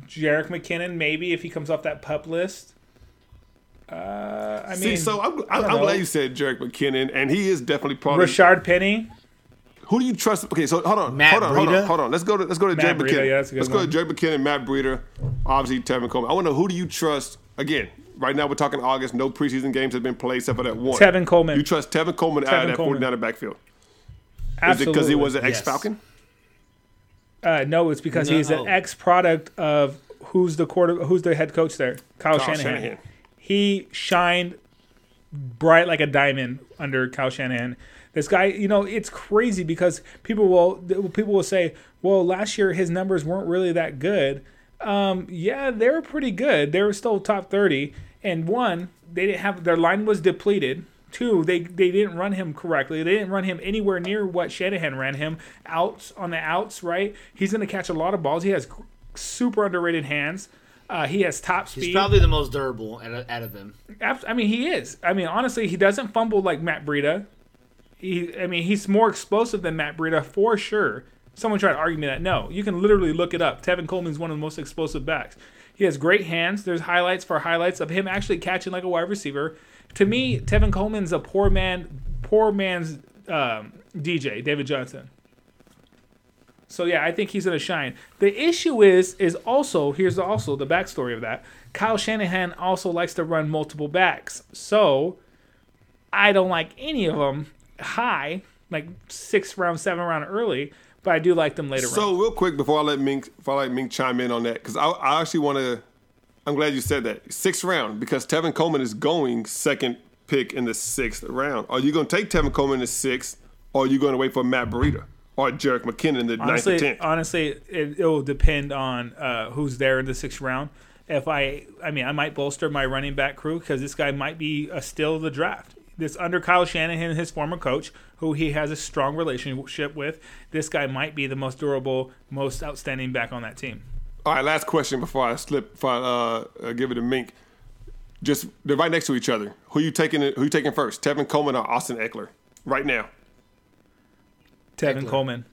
D: Jarek McKinnon, maybe, if he comes off that pup list. Uh, I
A: See,
D: mean,
A: so I'm, I'm,
D: don't
A: I'm
D: know.
A: glad you said Jarek McKinnon, and he is definitely probably
D: Rashard Penny.
A: Who do you trust? Okay, so hold on,
F: Matt
A: hold on, hold
F: Breida?
A: on, hold on. Let's go to let's go to Jay
D: Matt Breida,
A: McKinnon.
D: yeah, that's a good
A: let's
D: one.
A: go to Jay McKinnon, Matt Breeder, obviously Tevin Coleman. I want to know who do you trust? Again, right now we're talking August. No preseason games have been played except for that one.
D: Tevin Coleman.
A: You trust Tevin Coleman out
D: Tevin
A: of that
D: Coleman.
A: 49er backfield? Is it
D: Absolutely.
A: because he was an
F: Yes.
A: ex-Falcon?
D: Uh, no, it's because he's an
F: No.
D: ex product of who's the quarter, who's the head coach there,
A: Kyle
D: Kyle, Shanahan.
A: Shanahan.
D: He shined bright like a diamond under Kyle Shanahan. This guy, you know, it's crazy because people will people will say, "Well, last year his numbers weren't really that good." Um, yeah, they were pretty good. They were still top thirty. And one, they didn't have their line was depleted. Two, they they didn't run him correctly. They didn't run him anywhere near what Shanahan ran him. Outs on the outs, right? He's going to catch a lot of balls. He has super underrated hands. Uh, he has top speed.
F: He's probably the most durable out of, out of them.
D: Abs- I mean, he is. I mean, honestly, he doesn't fumble like Matt Breida. He, I mean, he's more explosive than Matt Breida for sure. Someone tried to argue me that. No, you can literally look it up. Tevin Coleman's one of the most explosive backs. He has great hands. There's highlights for highlights of him actually catching like a wide receiver. to me, Tevin Coleman's a poor man, poor man's um, DJ, David Johnson. So yeah, I think he's gonna shine. The issue is, is also here's also the backstory of that. Kyle Shanahan also likes to run multiple backs, so I don't like any of them high, like six round, seven round early. But I do like them later.
A: So
D: on.
A: real quick before I let Mink, before I let Mink chime in on that, because I, I actually want to. I'm glad you said that sixth round because Tevin Coleman is going second pick in the sixth round. Are you going to take Tevin Coleman in the sixth, or are you going to wait for Matt Burita or Jarek McKinnon in the
D: honestly,
A: ninth or tenth?
D: honestly, it, it will depend on uh, who's there in the sixth round. If I, I mean, I might bolster my running back crew because this guy might be a still of the draft. This under Kyle Shanahan, his former coach, who he has a strong relationship with, this guy might be the most durable, most outstanding back on that team.
A: All right, last question before I slip, before I uh, uh, give it to Mink. Just they're right next to each other. Who you taking? Who you taking first? Tevin Coleman or Austin Eckler? Right now.
D: Tevin
F: Eckler.
D: Coleman.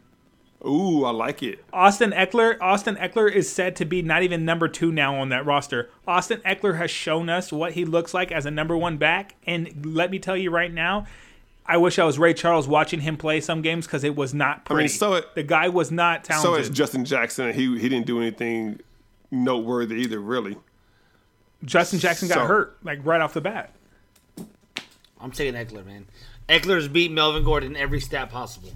A: Ooh, I like it.
D: Austin Eckler. Austin Eckler is said to be not even number two now on that roster. Austin Eckler has shown us what he looks like as a number one back, and let me tell you right now, I wish I was Ray Charles watching him play some games because it was not pretty.
A: so it-
D: the guy was not talented.
A: So is Justin Jackson. He he didn't do anything noteworthy either, really.
D: Justin Jackson got
A: so-
D: hurt like right off the bat.
F: I'm taking Eckler, man. Eckler's beat Melvin Gordon every stat possible.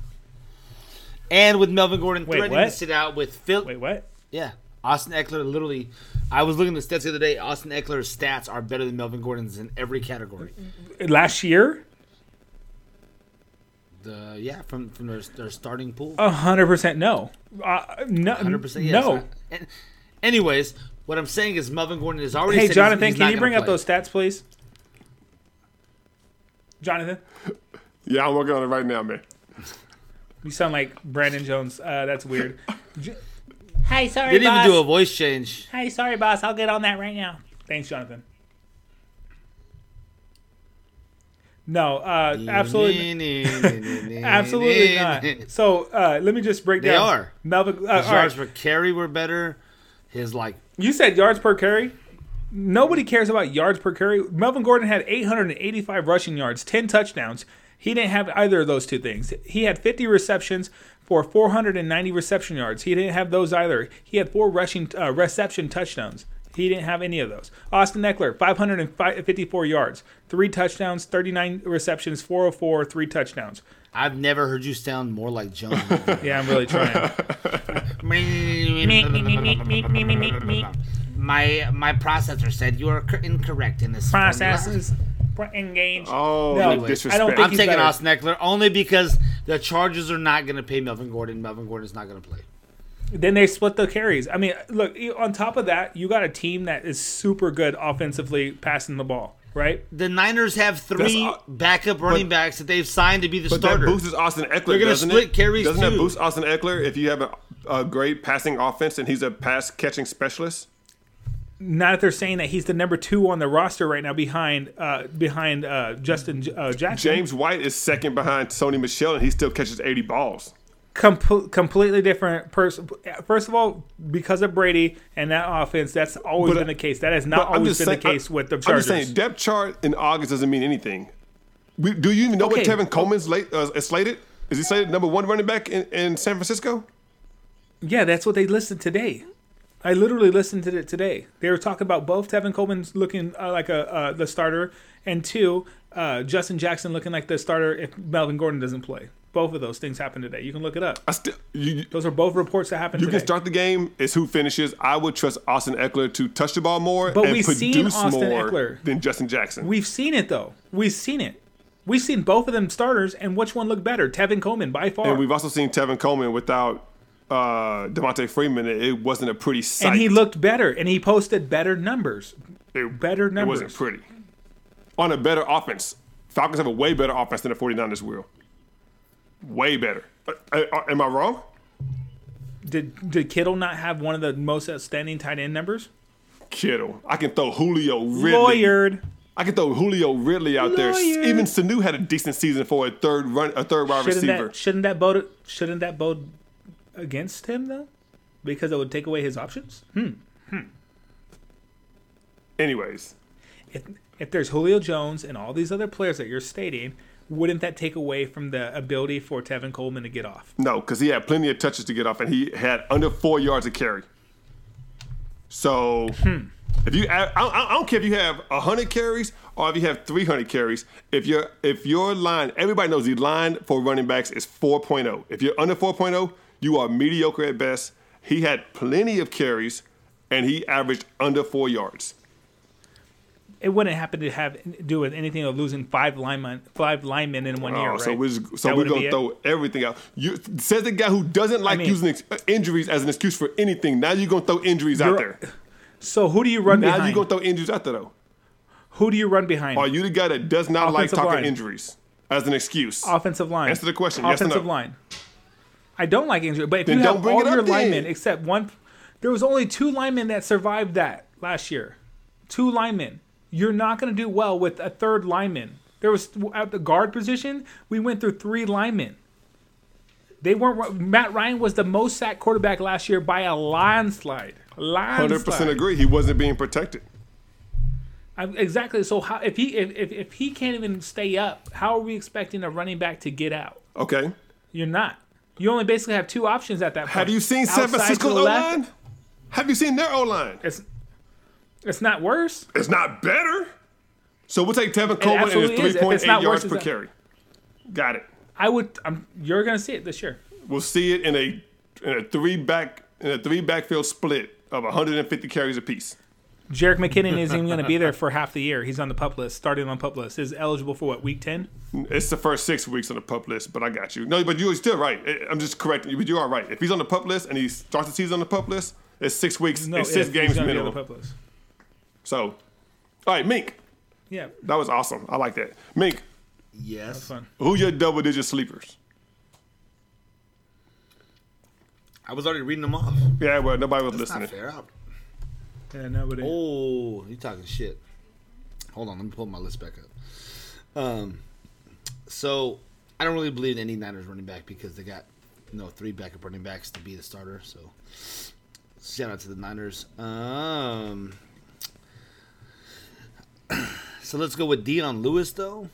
F: And with Melvin Gordon
D: Wait,
F: threatening to
D: what?
F: sit out with Phil,
D: Wait, what?
F: yeah, Austin Eckler literally. I was looking at the stats the other day. Austin Eckler's stats are better than Melvin Gordon's in every category.
D: Last year,
F: The yeah, from from their, their starting pool.
D: hundred percent no, uh, no,
F: hundred percent. Yes.
D: no.
F: I- and- anyways, what I'm saying is Melvin Gordon is already.
D: Hey,
F: said he's-
D: Jonathan,
F: he's
D: can
F: not
D: you
F: gonna
D: bring up
F: play.
D: those stats, please? Jonathan,
A: Yeah, I'm working on it right now, man.
D: you sound like Brandon Jones. Uh,
F: [laughs]
D: that's weird.
G: Hey, sorry,
F: They didn't
G: boss.
F: even do a voice change.
G: hey, sorry, boss. I'll get on that right now.
D: Thanks, Jonathan. No, uh,
F: [laughs]
D: absolutely, [laughs] absolutely not. So uh, let me just break
F: They
D: down.
F: are.
D: Melvin. Uh, all
F: Yards
D: right.
F: per carry were better. His like
D: You said yards per carry. Nobody cares about yards per carry. Melvin Gordon had 885 rushing yards, 10 touchdowns. He didn't have either of those two things. He had 50 receptions for 490 reception yards. He didn't have those either. He had four rushing uh, reception touchdowns. He didn't have any of those. Austin Eckler, 554 yards, three touchdowns, 39 receptions, 404, three touchdowns.
F: I've never heard you sound more like
D: [laughs]
F: Jones.
D: Yeah, I'm really trying.
G: Meep, meep, meep, meep, meep, meep, meep, meep.
F: my my processor said you are cor- incorrect in this formula.
D: Processes engage.
A: Oh,
D: No,
A: the disrespect.
D: I don't think
F: I'm
D: he's
F: taking
D: better.
F: Austin Eckler only because the Chargers are not going to pay Melvin Gordon. Melvin Gordon is not going to play.
D: Then they split the carries. I mean, look, you- on top of that, you got a team that is super good offensively passing the ball, right?
F: The Niners have three
A: That's-
F: backup running backs that they've signed to be the
A: but
F: starter.
A: that boosts Austin Eckler.
F: They're gonna
A: doesn't
F: split
A: it?
F: carries,
A: Doesn't
F: too.
A: that boost Austin Eckler if you have a, a great passing offense and he's a pass catching specialist?
D: Not if they're saying that he's the number two on the roster right now behind uh, behind uh, Justin J- uh, Jackson.
A: James White is second behind Sony Michelle and he still catches 80 balls.
D: Com- completely different person. First of all, because of Brady and that offense, that's always
A: But,
D: been the case. That has
A: But
D: not
A: I'm
D: always
A: just
D: been
A: saying-
D: the case
A: I-
D: with the
A: I'm just
D: Chargers.
A: saying, depth chart in August doesn't mean anything. We, do you even know
D: Okay.
A: what Tevin Coleman's late, uh, is slated? Is he slated number one running back in, in San Francisco?
D: Yeah, that's what they listed today. I literally listened to it today. They were talking about both Tevin Coleman looking uh, like a uh, the starter, and two, uh, Justin Jackson looking like the starter if Melvin Gordon doesn't play. Both of those things happened today. You can look it up.
A: I still, you,
D: Those are both reports that happened
A: You
D: today.
A: can start the game. It's who finishes. I would trust Austin Eckler to touch the ball more
D: But
A: and
D: we've
A: produce
D: seen Austin
A: more
D: Eckler.
A: than Justin Jackson.
D: We've seen it though. We've seen it. We've seen both of them starters, and which one looked better? Tevin Coleman by far.
A: and we've also seen Tevin Coleman without uh, Devontae Freeman. It, it wasn't a pretty sight.
D: and he looked better, and he posted better numbers.
A: it,
D: better
A: It wasn't
D: numbers.
A: pretty. On a better offense, Falcons have a way better offense than the 49ers will. Way better. Uh, uh, am I wrong?
D: Did did Kittle not have one of the most outstanding tight end numbers?
A: Kittle. I can throw Julio Ridley.
D: Lawyered.
A: I can throw Julio Ridley out there.
D: Lawyer.
A: Even Sanu had a decent season for a third run, a third wide
D: shouldn't
A: receiver.
D: that shouldn't that bode shouldn't that bode against him though? Hmm? Because it would take away his options.
A: Anyways,
D: if if there's Julio Jones and all these other players that you're stating, wouldn't that take away from the ability for Tevin Coleman to get off?
A: No, because he had plenty of touches to get off, and he had under four yards of carry. So
D: Hmm.
A: if you, I, I, I don't care if you have hundred carries or if you have three hundred carries. If your if your line, everybody knows the line for running backs is 4.0. If you're under 4.0, you are mediocre at best. He had plenty of carries, and he averaged under four yards.
D: It wouldn't happen to have do with anything of losing five linemen, five linemen in one year,
A: Oh,
D: right?
A: So we're just, so
D: That
A: we're
D: wouldn't
A: gonna
D: be it?
A: throw everything out. You says the guy who doesn't like
D: mean-
A: using ex- uh, injuries as an excuse for anything. Now you're gonna throw injuries out
D: You're-
A: there.
D: So who do you run
A: Now
D: behind?
A: you're gonna throw Oh, injuries out there though.
D: who do you run behind?
A: Are you the guy that does not like
D: Offensive
A: talking
D: line.
A: injuries as an excuse?
D: Offensive line.
A: Answer the question, yes or
D: Offensive
A: no?
D: line. I don't like injury, but if
A: Then
D: you
A: don't
D: have
A: bring
D: all
A: it up
D: your
A: then.
D: linemen except one, there was only two linemen that survived that last year. Two linemen. You're not going to do well with a third lineman. There was at the guard position, we went through three linemen. They weren't. Matt Ryan was the most sacked quarterback last year by a landslide. Landslide.
A: Hundred percent agree. He wasn't being protected.
D: I'm, exactly. So how if he if, if if he can't even stay up, how are we expecting a running back to get out?
A: Okay.
D: You're not. You only basically have two options at that point.
A: Have you seen San
D: Outside
A: Francisco's
D: to
A: O
D: the left,
A: line? Have you seen their O line?
D: It's it's not worse.
A: It's not better. So we'll take Tevin Coleman and his
D: absolutely is.
A: three
D: If
A: point
D: it's
A: eight
D: not
A: yards
D: worse,
A: per
D: it's not-
A: carry. Got it.
D: I would. I'm, you're gonna see it this year.
A: We'll see it in a in a three back in a three backfield split of 150 carries apiece.
D: Jarek McKinnon isn't even gonna be there for half the year. He's on the pup list, starting on pup list. Is eligible for what week ten?
A: It's the first six weeks on the pup list, but I got you. No, but you're still right. I- I'm just correcting you, but you are right. If he's on the pup list and he starts the season on the pup list, it's six weeks. it's
D: if
A: six
D: he's
A: games
D: gonna be on the
A: minimum.
D: pup list.
A: So, all right, Mink,
D: Yeah,
A: that was awesome. I like that. Mink,
F: Yes.
D: fun.
A: who your double digit sleepers?
F: I was already reading them off.
A: Yeah, well, nobody was
F: That's not
A: listening.
F: fair. Out.
D: yeah, nobody.
F: Oh, you talking shit. Hold on, let me pull my list back up. Um, so I don't really believe in any Niners running back because they got you know three backup running backs to be the starter. So shout out to the Niners. Um, so let's go with Dion Lewis though,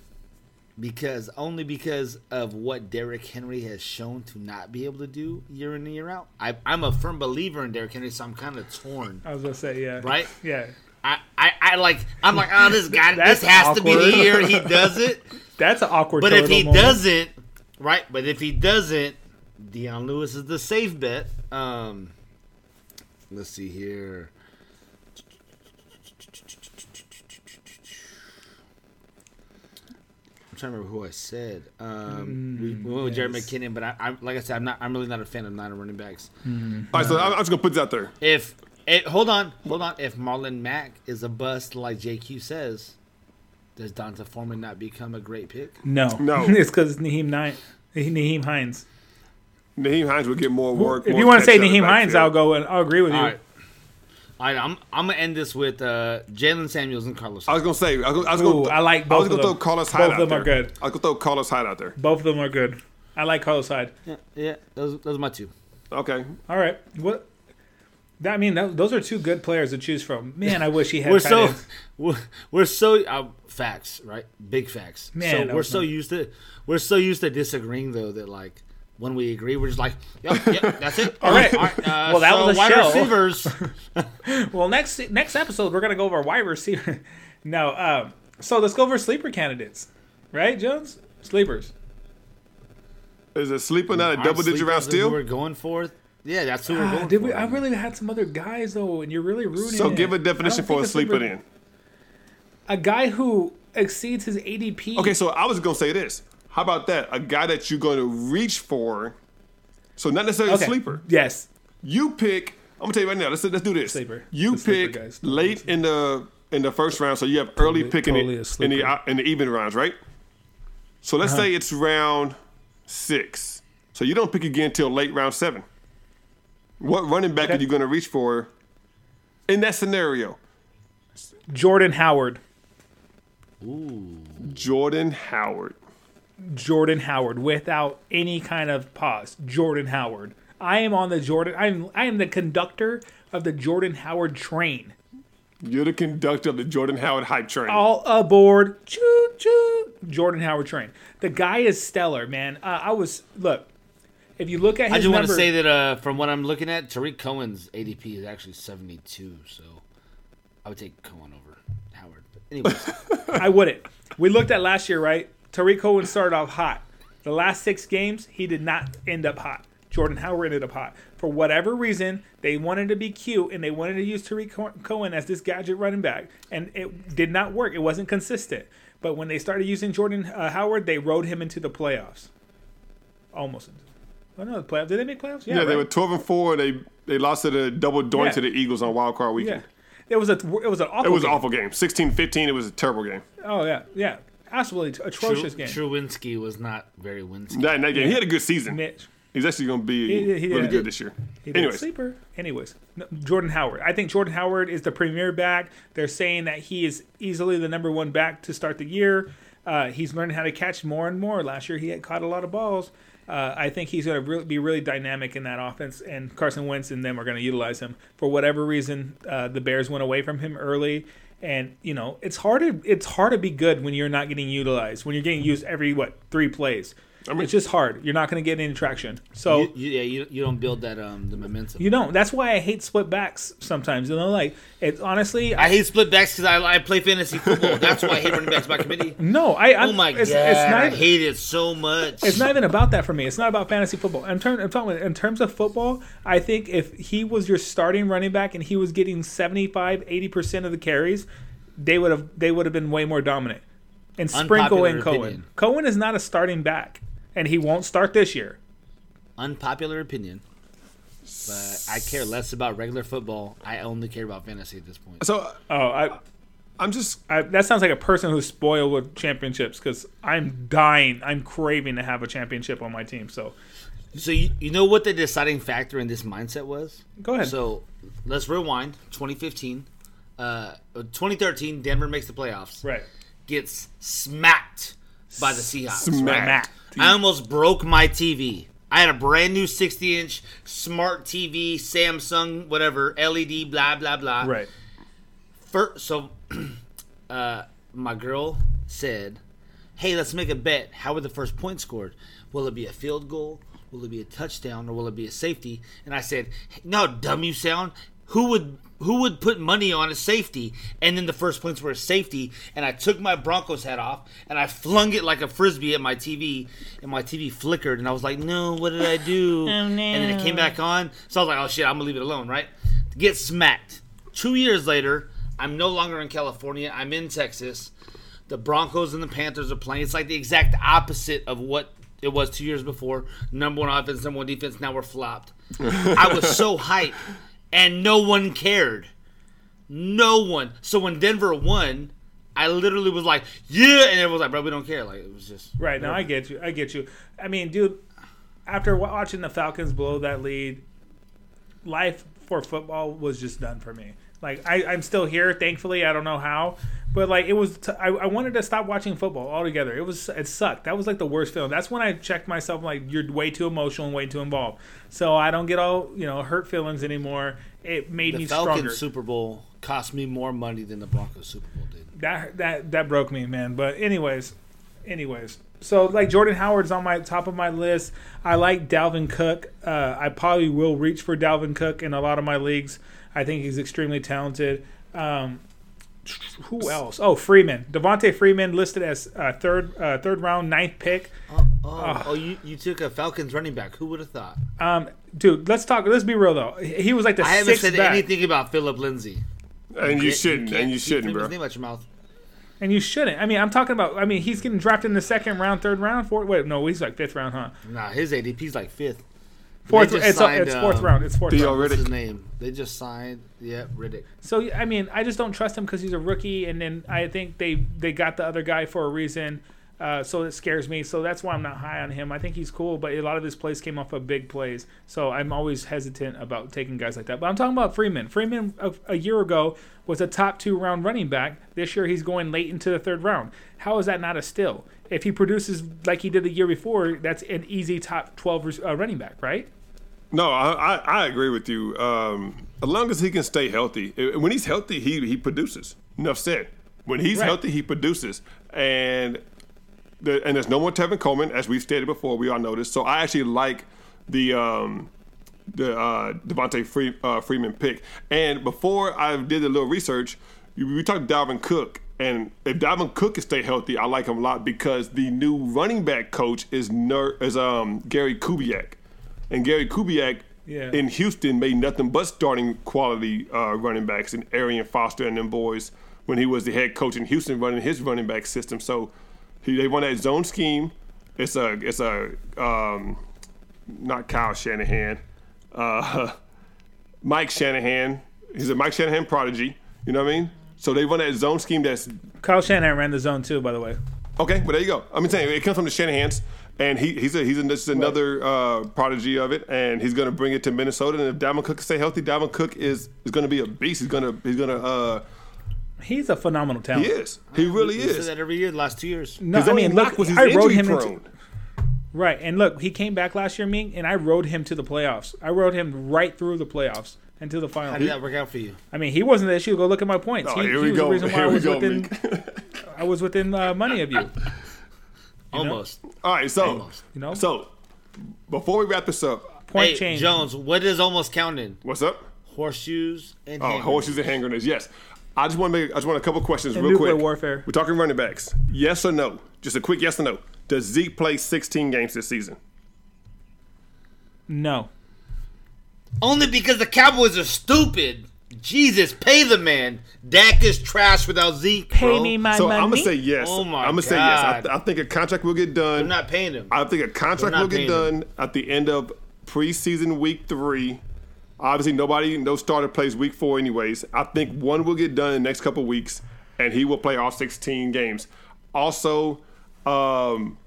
F: because only because of what Derrick Henry has shown to not be able to do year in and year out. I, I'm a firm believer in Derrick Henry, so I'm kind of torn.
D: I was gonna say yeah.
F: Right?
D: Yeah.
F: I, I, I like I'm like oh this guy this
D: That's
F: has to be
D: awkward.
F: the year he does
D: [laughs]
F: it.
D: That's an awkward.
F: But if
D: total
F: he
D: moment.
F: doesn't, right? But if he doesn't, Deion Lewis is the safe bet. Um, let's see here. I'm trying to remember who I said. Um, we,
D: Mm,
F: we went with Jared McKinnon, but I, I like I said I'm not I'm really not a fan of Niner running backs.
A: All right, so I'm, I'm just gonna put this out there.
F: If it, hold on, hold on. If Marlon Mack is a bust, like JQ says, does Donta Foreman not become a great pick?
D: no,
A: No.
D: [laughs] it's because Naheem Nine, Naheem Hines.
A: Naheem Hines would get more work.
D: if
A: more
D: you want to say
A: catch out of the
D: Naheem Hines,
A: backfield.
D: I'll go and I'll agree with you.
F: All right. All right, I'm I'm gonna end this with uh, Jalen Samuels and Carlos.
A: I was gonna say I was gonna. I, was
D: Ooh,
A: gonna
D: I like
A: I was
D: both
A: gonna
D: of
A: throw
D: them.
A: Carlos
D: Both
A: Hyde out
D: of them
A: there.
D: are good.
A: I was gonna throw Carlos Hyde out there.
D: Both of them are good. I like Carlos Hyde.
F: yeah, yeah, those, those are my two.
A: Okay,
D: All right. What? That, I mean, tho- those are two good players to choose from.
A: [laughs]
D: Man, I wish he had.
F: We're
D: tight
F: so
D: ends.
F: [laughs] we're, we're so uh, facts, right? Big facts.
D: Man, that
F: so we're
D: was
F: so
D: nice.
F: used to we're so used to disagreeing though that like when we agree, we're just like, yep,
D: [laughs]
F: yep, that's it. All
D: right.
F: uh,
D: Well, that
F: so
D: was a
F: wide
D: show.
F: receivers.
D: Well, next next episode we're gonna go over wide receiver. [laughs] no, um, so let's go over sleeper candidates, right, Jones? Sleepers.
A: is it sleeping out [laughs] a
F: Aren't
A: double digit round
F: sleepers who
A: still?
F: We're going for. Yeah, that's who we're
D: Ah,
F: going
D: did
F: for.
D: we? I really had some other guys though, and you're really ruining.
A: So
D: it.
A: give
D: I
A: a
D: don't
A: definition for
D: think
A: a sleeper then.
D: A guy who exceeds his ADP.
A: Okay, so I was gonna say this. How about that? A guy that you're gonna reach for. So not necessarily
D: Okay.
A: a sleeper.
D: Yes.
A: You pick. I'm gonna tell you right now. Let's let's do this.
D: Sleeper.
A: You
D: The sleeper
A: pick
D: guys.
A: late in the in the first round, so you have early
D: Totally-
A: picking
D: totally a
A: it in
D: sleeper. Uh-huh.
A: the in the even rounds, right? So let's say it's round six. So you don't pick again till late round seven. What running back
D: Okay.
A: are you gonna reach for in that scenario?
D: Jordan Howard.
A: Jordan Howard.
D: Jordan Howard without any kind of pause. Jordan Howard. I am on the Jordan. I'm I am the conductor of the Jordan Howard train.
A: You're the conductor of the Jordan Howard hype train.
D: all aboard choo choo jordan howard train the guy is stellar man uh, i was look if you look at his
F: I just want to
D: number-
F: say that uh, from what I'm looking at, Tariq Cohen's ADP is actually 72, so I would take Cohen over Howard. But anyways,
D: i wouldn't we looked at last year right tariq cohen started off hot the last six games he did not end up hot jordan howard ended up hot for whatever reason they wanted to be cute and they wanted to use tariq Co- cohen as this gadget running back and it did not work it wasn't consistent but when they started using jordan uh, howard they rode him into the playoffs almost into Oh no, the playoffs. Did they make playoffs?
A: yeah, they
D: right?
A: were 12 and 4. They they lost to the double doink
D: Yeah.
A: to the Eagles on wild card
D: Yeah.
A: weekend.
D: It was a it was an awful.
A: It was an
D: game.
A: awful game. 16 15, it was a terrible game.
D: Oh yeah, yeah, absolutely t-
F: Tru-
D: [laughs] atrocious game.
F: Truwinski was not very winsky.
A: That, that game, he had a good season.
D: Mitch,
A: He's actually going to be
D: He- he
A: really
D: did.
A: good this year.
D: he did
A: Anyways,
D: sleeper. Anyways, no, Jordan Howard. I think Jordan Howard is the premier back. They're saying that he is easily the number one back to start the year. Uh, he's learning how to catch more and more. Last year, he had caught a lot of balls. Uh, I think he's going to really be really dynamic in that offense, and Carson Wentz and them are going to utilize him for whatever reason. Uh, the Bears went away from him early, and you know it's hard to it's hard to be good when you're not getting utilized. When you're getting used every what three plays, it's just hard. You're not going to get any traction. So
F: You, you, yeah, you, you don't build that um the momentum.
D: you don't. That's why I hate split backs sometimes. You know, like it's honestly.
F: I
D: I,
F: hate split backs because I, I play fantasy football. That's why I hate running backs by
D: [laughs]
F: committee.
D: no, I. I'm,
F: Oh my
D: it's,
F: god,
D: It's not,
F: I hate it so much.
D: it's not even about that for me. It's not about fantasy football. In terms, I'm talking in terms of football. I think if he was your starting running back and he was getting 75, 80 percent of the carries, they would have they would have been way more dominant. And sprinkle in
F: Unpopular
D: Cohen.
F: opinion.
D: Cohen is not a starting back, and he won't start this year.
F: Unpopular opinion, but I care less about regular football. I only care about fantasy at this point.
A: so uh,
D: Oh, I,
A: I'm just
D: I, that sounds like a person who's spoiled with championships because I'm dying, I'm craving to have a championship on my team. So
F: So you, you know what the deciding factor in this mindset was?
D: Go ahead.
F: So let's rewind 2015. Uh, 2013, Denver makes the playoffs.
D: right,
F: Gets smacked by the Seahawks.
A: smacked.
D: Matt.
F: I almost broke my TV. I had a brand new 60 inch smart TV, Samsung, whatever, LED, blah, blah, blah.
D: right.
F: First, so [clears throat] uh, my girl said, "Hey, let's make a bet. How were the first points scored? Will it be a field goal? Will it be a touchdown? Or will it be a safety?" And I said, "No, dumb you sound. Who would who would put money on a safety?" And then the first points were a safety, and I took my Broncos hat off and I flung it like a frisbee at my TV, and my TV flickered, and I was like, "No, what did I do?" And then it came back on, so I was like, "Oh shit, I'm gonna leave it alone, right?" Get smacked. Two years later, I'm no longer in California. I'm in Texas. The Broncos and the Panthers are playing. It's like the exact opposite of what it was two years before. Number one offense, number one defense. Now we're flopped. I was so hyped, and no one cared. No one. So when Denver won, I literally was like, "Yeah," and everyone was like, "Bro, we don't care." Like it was just
D: Right now, I get you. I get you. I mean, dude, after wa- watching the Falcons blow that lead, life for football was just done for me. Like I, I'm still here, thankfully. I don't know how, but like it was. T- I, I wanted to stop watching football altogether. It was. It sucked. That was like the worst feeling. That's when I checked myself. Like you're way too emotional and way too involved. So I don't get all you know hurt feelings anymore. It made me
F: the Falcons
D: stronger.
F: Super Bowl cost me more money than the Broncos Super Bowl did.
D: that that that broke me, man. But anyways, anyways. So like Jordan Howard's on my top of my list. I like Dalvin Cook. Uh, I probably will reach for Dalvin Cook in a lot of my leagues. I think he's extremely talented. Um, who else? Oh, Freeman, Devontae Freeman listed as uh, third uh, third round ninth pick.
F: Oh,
D: Ah.
F: oh you, you took a Falcons running back. Who would have thought?
D: Um, dude, let's talk. Let's be real though. He he was like the
F: I haven't
D: sixth
F: said
D: back,
F: anything about Philip Lindsay.
A: And you shouldn't. and you shouldn't,
F: keep
A: bro.
F: His name out your mouth.
D: and you shouldn't. I mean, I'm talking about. I mean, he's getting drafted in the second round, third round, fourth. Wait, no, he's like fifth round, huh?
F: Nah, his ADP's like fifth.
D: Fourth.
F: just
D: It's,
F: signed,
D: it's fourth
F: um,
D: round. It's fourth. round.
A: Theo
F: What's his
A: Riddick.
F: name? They just signed. Yeah, Riddick.
D: So I mean, I just don't trust him because he's a rookie, and then I think they they got the other guy for a reason. Uh, so it scares me. So that's why I'm not high on him. I think he's cool, but a lot of his plays came off of big plays. So I'm always hesitant about taking guys like that. But I'm talking about Freeman. Freeman a, a year ago was a top two round running back. This year he's going late into the third round. How is that not a steal? If he produces like he did the year before, that's an easy top 12 res- uh, running back, right?
A: No, I, I, I agree with you. Um, as long as he can stay healthy, i- when he's healthy, he he produces. Enough said. When he's
D: Right.
A: healthy, he produces, and the, and there's no more Tevin Coleman, as we've stated before. We all know this. So I actually like the um, the uh, Devontae Free, uh, Freeman pick. And before I did a little research, you- we talked Dalvin Cook. And if Dalvin Cook can stay healthy, I like him a lot because the new running back coach is ner- is um, Gary Kubiak. And Gary Kubiak
D: Yeah.
A: in Houston made nothing but starting quality uh, running backs and Arian Foster and them boys when he was the head coach in Houston running his running back system. So he, they run that zone scheme. It's a it's a um, not Kyle Shanahan, uh, [laughs] Mike Shanahan. He's a Mike Shanahan prodigy. You know what I mean? So they run that zone scheme that's
D: Kyle Shanahan ran the zone too, by the way.
A: Okay, well there you go. I'm saying it comes from the Shanahan's, and he, he's a, he's an just another uh, prodigy of it, and he's going to bring it to Minnesota. And if Diamond Cook can stay healthy, Diamond Cook is is going to be a beast. He's going to he's going to uh,
D: He's a phenomenal talent.
A: he is he really
F: We said
A: is.
F: that every year, the last two years.
D: No,
A: His
D: I
A: only
D: mean,
A: knock
D: look,
A: was he's
D: I rode
A: injury
D: him
A: prone.
D: into, right, and look, he came back last year, Ming, and I rode him to the playoffs. I rode him right through the playoffs and to the
F: How
D: final.
F: did that work out for you?
D: I mean, he wasn't the issue. Go look at my points.
A: Oh,
D: he,
A: here we
D: he was the
A: go.
D: reason why I
A: Here we
D: was
A: go,
D: within,
A: Mink.
D: I was within uh, money
A: [laughs]
D: of you.
F: Almost.
A: All right, so
F: Almost,
D: you know?
A: so before we wrap this up,
D: Point
F: hey,
D: change.
F: Jones, what is almost counted?
A: what's up?
F: Horseshoes and
A: Oh,
F: hand
A: horseshoes and hand grenades. Yes. I just want to make. I just want a couple questions
D: And
A: real
D: nuclear
A: quick.
D: warfare.
A: We're talking running backs. Yes or no? Just a quick yes or no. Does Zeke play 16 games this season?
D: No.
F: Only because the Cowboys are stupid. Jesus, pay the man. Dak is trash without Zeke. bro.
A: so I'm gonna say yes.
F: Oh my
A: I'm gonna say yes. I,
F: God.
A: th- I think a contract will get done.
F: I'm not paying him.
A: I think a contract
F: They're not
A: will get
F: paying
A: done at the end of preseason week three. Obviously, nobody, no starter plays week four, anyways. I think one will get done in the next couple weeks, and he will play all 16 games. Also, um,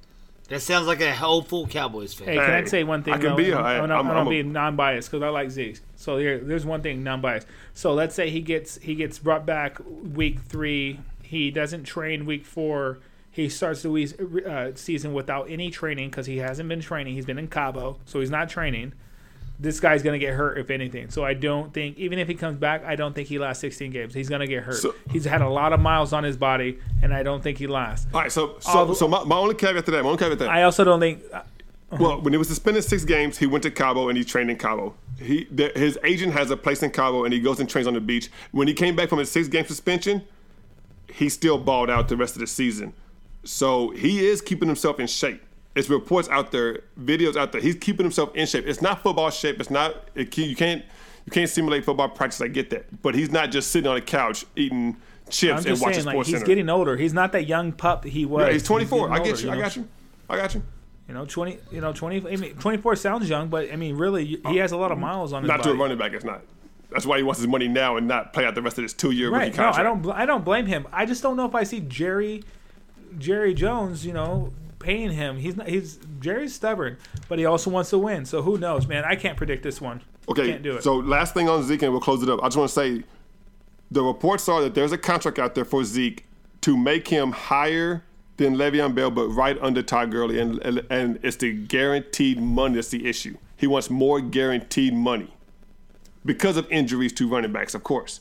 F: That sounds like a helpful Cowboys fan.
D: Hey, can I
A: Hey,
D: say one thing?
A: I can
D: though?
A: be a-
D: I'm,
A: I-
D: I'm,
A: I'm-
D: not- I'm
A: I'm
D: not
A: a-
D: being non-biased because I like Zeke. So here, there's one thing non-biased. So let's say he gets he gets brought back week three. He doesn't train week four. He starts the week, uh, season without any training because he hasn't been training. He's been in Cabo, so he's not training. This guy's gonna get hurt if anything. So I don't think even if he comes back, I don't think he lasts 16 games. He's gonna get hurt.
A: So-
D: he's had a lot of miles on his body, and I don't think he lasts.
A: all right, so so,
D: All the-
A: so my, my only caveat to that, my only caveat to that,
D: I also don't think
A: Well, when he was suspended six games, he went to Cabo and he trained in Cabo. He th- his agent has a place in Cabo and he goes and trains on the beach. When he came back from his six game suspension, he still balled out the rest of the season. So he is keeping himself in shape. It's reports out there, videos out there. He's keeping himself in shape. It's not football shape. It's not it, can- you can't you can't simulate football practice. I get that, but he's not just sitting on a couch eating
D: I'm
A: chips and
D: just
A: watching
D: saying, like
A: Sports
D: he's
A: Center.
D: getting older. He's not that young pup that he was.
A: Yeah, he's 24. I
D: getting
A: get
D: older,
A: you. I got you. I got you.
D: You know, 20. You know, 20. I mean, 24 sounds young, but I mean, really, you- he has a lot of miles on his
A: Not to a
D: body.
A: running back, it's not. That's why he wants his money now and not play out the rest of his two-year
D: Right?
A: rookie
D: No,
A: contract.
D: I don't. bl- I don't blame him. I just don't know if I see Jerry, Jerry Jones. You know, paying him. He's not. He's Jerry's stubborn, but he also wants to win. So who knows, man? I can't predict this one.
A: Okay,
D: can't do it.
A: so last thing on Zeke, and we'll close it up. I just want to say, the reports are that there's a contract out there for Zeke to make him higher than Le'Veon Bell, but right under Todd Gurley, and and, and it's the guaranteed money that's the issue. He wants more guaranteed money because of injuries to running backs, of course.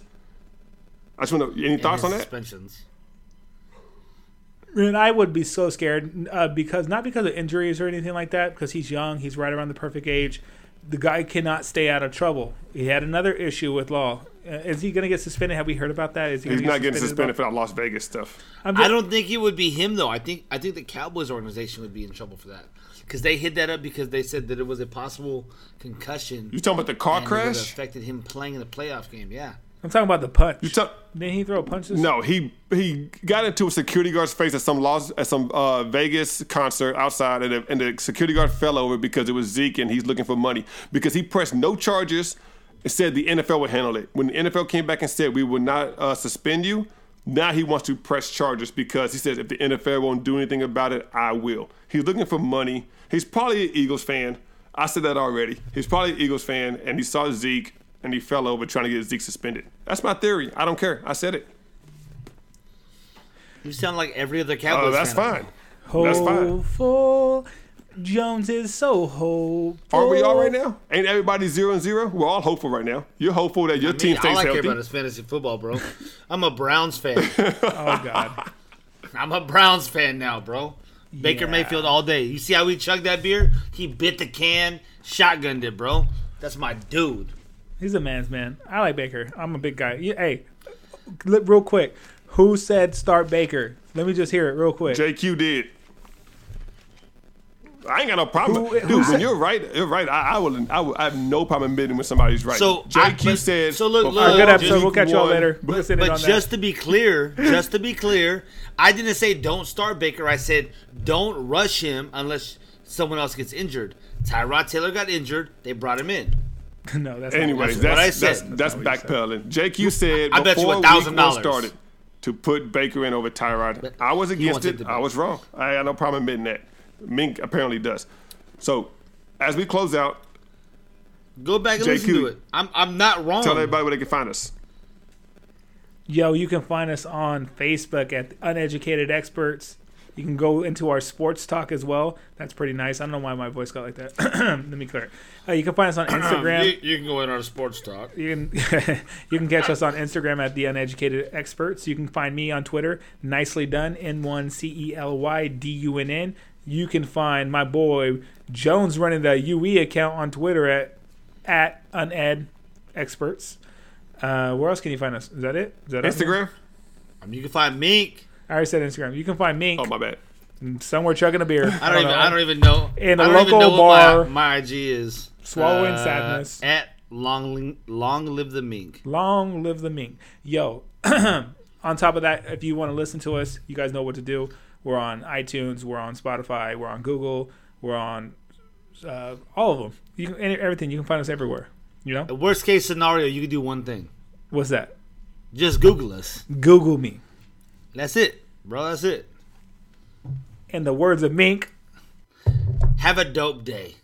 A: I just want to. Any
F: And his
A: thoughts on that?
F: Suspensions.
D: And I would be so scared uh, because not because of injuries or anything like that, because he's young, he's right around the perfect age. The guy cannot stay out of trouble. He had another issue with law. Uh, is he going to get suspended? Have we heard about that? Is he
A: He's
D: gonna
A: not
D: get
A: getting suspended for that Las Vegas stuff.
D: I'm
F: I
D: just,
F: don't think it would be him though. I think I think the Cowboys organization would be in trouble for that because they hid that up because they said that it was a possible concussion.
A: You talking about the car
F: and it would've
A: crash?
F: affected him playing in the playoff game. Yeah,
D: I'm talking about the punch.
A: You talk-
D: Didn't he throw punches?
A: No, he he got into a security guard's face at some Las, at some uh, Vegas concert outside, and, the- and the security guard fell over because it was Zeke, and he's looking for money because he pressed no charges. and said the NFL would handle it. When the NFL came back and said we will not uh, suspend you, now he wants to press charges because he says if the NFL won't do anything about it, I will. He's looking for money. He's probably an Eagles fan. I said that already. He's probably an Eagles fan, and he saw Zeke. And he fell over trying to get Zeke suspended. That's my theory. I don't care. I said it.
F: you sound like every other
A: Oh,
F: Cowboys.
A: that's
F: fan I know.
A: fine. That's fine.
D: Hopeful. Jones is so hopeful.
A: Are we all right now? Ain't everybody zero and zero? We're all hopeful right now. You're hopeful that your team
F: Man,
A: stays
F: all I care
A: healthy.
F: about is fantasy football, bro. I'm a Browns fan.
A: [laughs]
D: Oh God.
F: I'm a Browns fan now, bro. Baker
D: Yeah.
F: Mayfield all day. You see how we chugged that beer? He bit the can, shotgunned it, bro. That's my dude.
D: He's a man's man. I like Baker. I'm a big guy. You- Hey, li- real quick, who said start Baker? Let me just hear it real quick.
A: JQ did. I ain't got no problem,
D: Who-
A: dude. when you're right, you're right. I, I will. I, will, I have no problem admitting when somebody's right.
F: So, I-
A: JQ
F: but-
A: said.
F: so look,
A: before
F: look,
D: Good
F: Oh,
D: episode.
F: just
D: We'll catch y'all
A: one-
D: later. We'll send it
F: But
D: on that.
F: just to be clear, just to be clear, I didn't say don't start Baker. I said don't rush him unless someone else gets injured. Tyrod Taylor got injured. They brought him in.
D: [laughs] no, that's
A: Anyways,
F: That's what I
A: that's that's,
F: said.
A: that's, backpedaling. JQ said
F: I bet you
A: before week one
F: $1,000.
A: started to put Baker in over Tyrod. I was against
F: wanted
A: it.
F: to-
A: I was wrong. I had no problem admitting that. Mink apparently does. So as we close out,
F: Go back
A: JQ.
F: and listen to it. I'm I'm not wrong.
A: tell everybody where they can find us.
D: Yo, you can find us on Facebook at Uneducated Experts. You can go into our sports talk as well. That's pretty nice. I don't know why my voice got like that. [clears throat] Let me clear it. Uh, you can find
F: [clears throat]
D: us on Instagram.
F: You, you can go in on a sports talk.
D: You can [laughs] you can catch us on Instagram at the Uneducated Experts. You can find me on Twitter, nicely done, N one C E L Y D U N N. You can find my boy Jones running the UE account on Twitter at at uned experts. Uh, where else can you find us? Is that it? Is that it?
A: Instagram.
F: Um, you can find Mink.
D: I already said Instagram. You can find me
A: Oh my bad.
D: somewhere chugging a beer.
F: I don't, even I don't even know.
D: In a
F: I don't even
D: local
F: know what
D: bar.
F: my, my IG is Uh,
D: Swallowing sadness.
F: at long long live the Mink.
D: Long live the Ming. Yo, [clears throat] on top of that, if you want to listen to us, you guys know what to do. We're on iTunes, we're on Spotify, we're on Google, we're on uh, all of them. You can, any- everything. You can find us everywhere. You know?
F: Worst case scenario, you can do one thing.
D: What's that?
F: Just Google us.
D: Google me.
F: That's it, bro. That's it.
D: In the words of Mink,
F: Have a dope day.